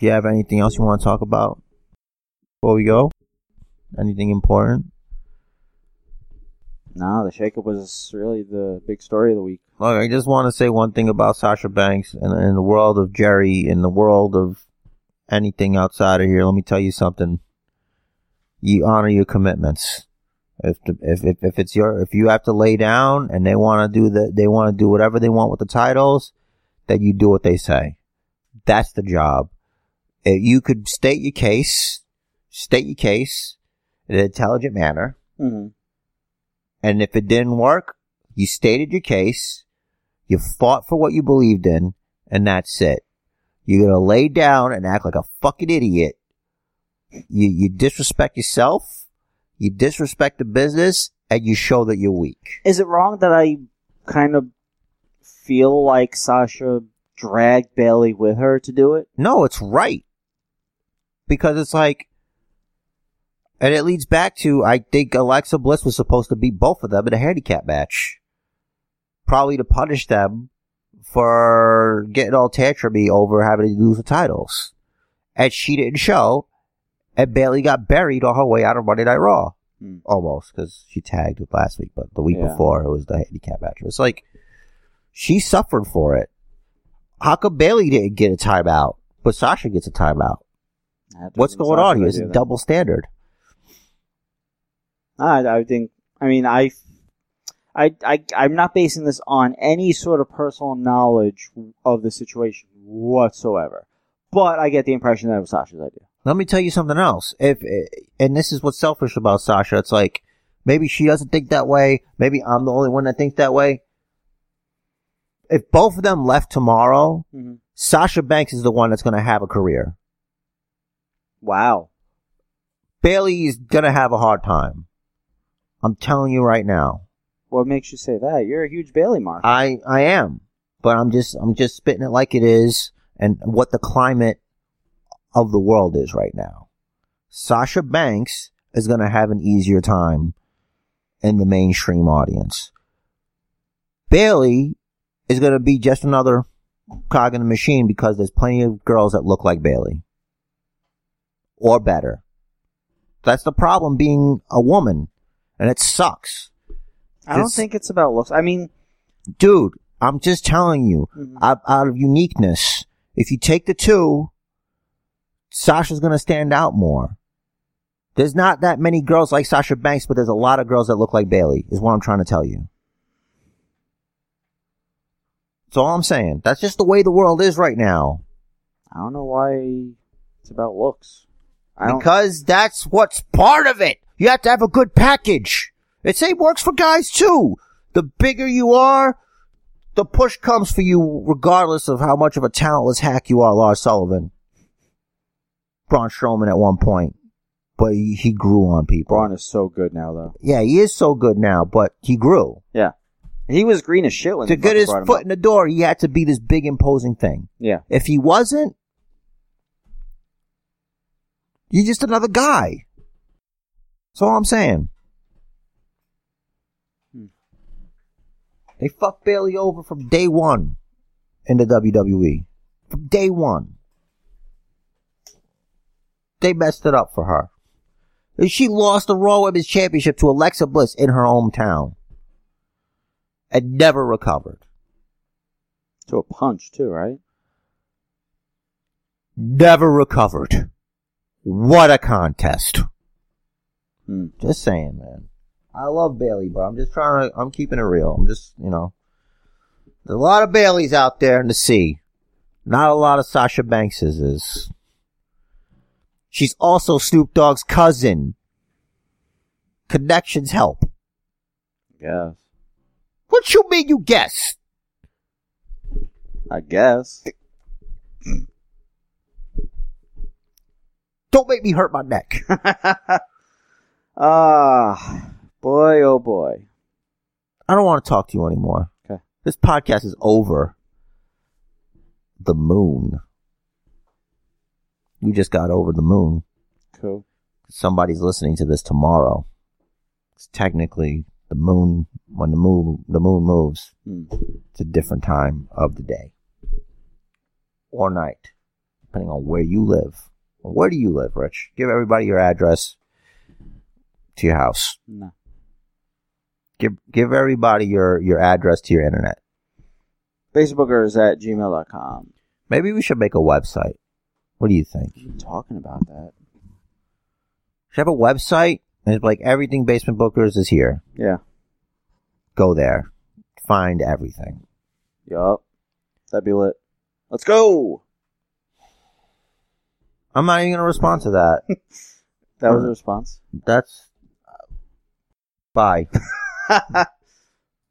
Do you have anything else you want to talk about before we go? Anything important? No, the shakeup was really the big story of the week. Look, I just want to say one thing about Sasha Banks and in the world of Jerry, in the world of anything outside of here. Let me tell you something. You honor your commitments. If the, if, if if it's your if you have to lay down and they want to do the they want to do whatever they want with the titles, that you do what they say. That's the job. If you could state your case, state your case in an intelligent manner. Mm-hmm. And if it didn't work, you stated your case, you fought for what you believed in, and that's it. You're gonna lay down and act like a fucking idiot. You you disrespect yourself, you disrespect the business, and you show that you're weak. Is it wrong that I kind of feel like Sasha dragged Bailey with her to do it? No, it's right. Because it's like and it leads back to I think Alexa Bliss was supposed to beat both of them in a handicap match. Probably to punish them for getting all tantrumy over having to lose the titles. And she didn't show, and Bailey got buried on her way out of Monday Night Raw. Hmm. Almost, because she tagged with last week, but the week Yeah. before it was the handicap match. It's like she suffered for it. How come Bailey didn't get a timeout, but Sasha gets a timeout? What's going on here? It's a double standard. I, I think. I mean, I, I, I, I'm not basing this on any sort of personal knowledge of the situation whatsoever. But I get the impression that it was Sasha's idea. Let me tell you something else. If and this is what's selfish about Sasha. It's like maybe she doesn't think that way. Maybe I'm the only one that thinks that way. If both of them left tomorrow, Mm-hmm. Sasha Banks is the one that's going to have a career. Wow. Bailey is gonna have a hard time. I'm telling you right now. What makes you say that? You're a huge Bailey mark. I I am, but I'm just I'm just spitting it like it is, and what the climate of the world is right now. Sasha Banks is gonna have an easier time in the mainstream audience. Bailey is gonna be just another cog in the machine because there's plenty of girls that look like Bailey or better. That's the problem being a woman, and it sucks. I don't This- think it's about looks. I mean, dude, I'm just telling you, Mhm. out, out of uniqueness, if you take the two, Sasha's gonna stand out more. There's not that many girls like Sasha Banks, but there's a lot of girls that look like Bailey. Is what I'm trying to tell you. That's all I'm saying. That's just the way the world is right now. I don't know why it's about looks. I don't. Because that's what's part of it. You have to have a good package. It same works for guys too. The bigger you are, the push comes for you, regardless of how much of a talentless hack you are, Lars Sullivan. Braun Strowman at one point, but he, he grew on people. Braun is so good now, though. Yeah, he is so good now, but he grew. Yeah, he was green as shit when To they get fucking his brought him foot up. in the door, he had to be this big, imposing thing. Yeah, If he wasn't, you're just another guy. That's all I'm saying. Hmm. They fucked Bailey over from day one in the WWE. From day one. They messed it up for her. And She lost the Raw Women's Championship to Alexa Bliss in her hometown. And never recovered. to a punch too, right? never recovered. What a contest. Hmm. Just saying, man. I love Bailey, but I'm just trying to, I'm keeping it real. I'm just, you know, there's a lot of Baileys out there in the sea. Not a lot of Sasha Banks's is. She's also Snoop Dogg's cousin. Connections help. I guess. What you mean you guess? I guess. Don't make me hurt my neck. Ah, boy, oh boy. I don't want to talk to you anymore. Okay. This podcast is over. The moon. We just got over the moon. Cool. Somebody's listening to this tomorrow. It's technically the moon when the moon the moon moves. Hmm. It's a different time of the day or night, depending on where you live. Where do you live, Rich? Give everybody your address to your house. No. Give give everybody your your address to your internet. Basebookers at gmail.com. Maybe we should make a website. What do you think? We've been talking about that. Should have a website and it's like everything Basement Bookers is here. Yeah. Go there. Find everything. Yup. That'd be lit. Let's go. I'm not even gonna respond to that. That was the response. That's bye.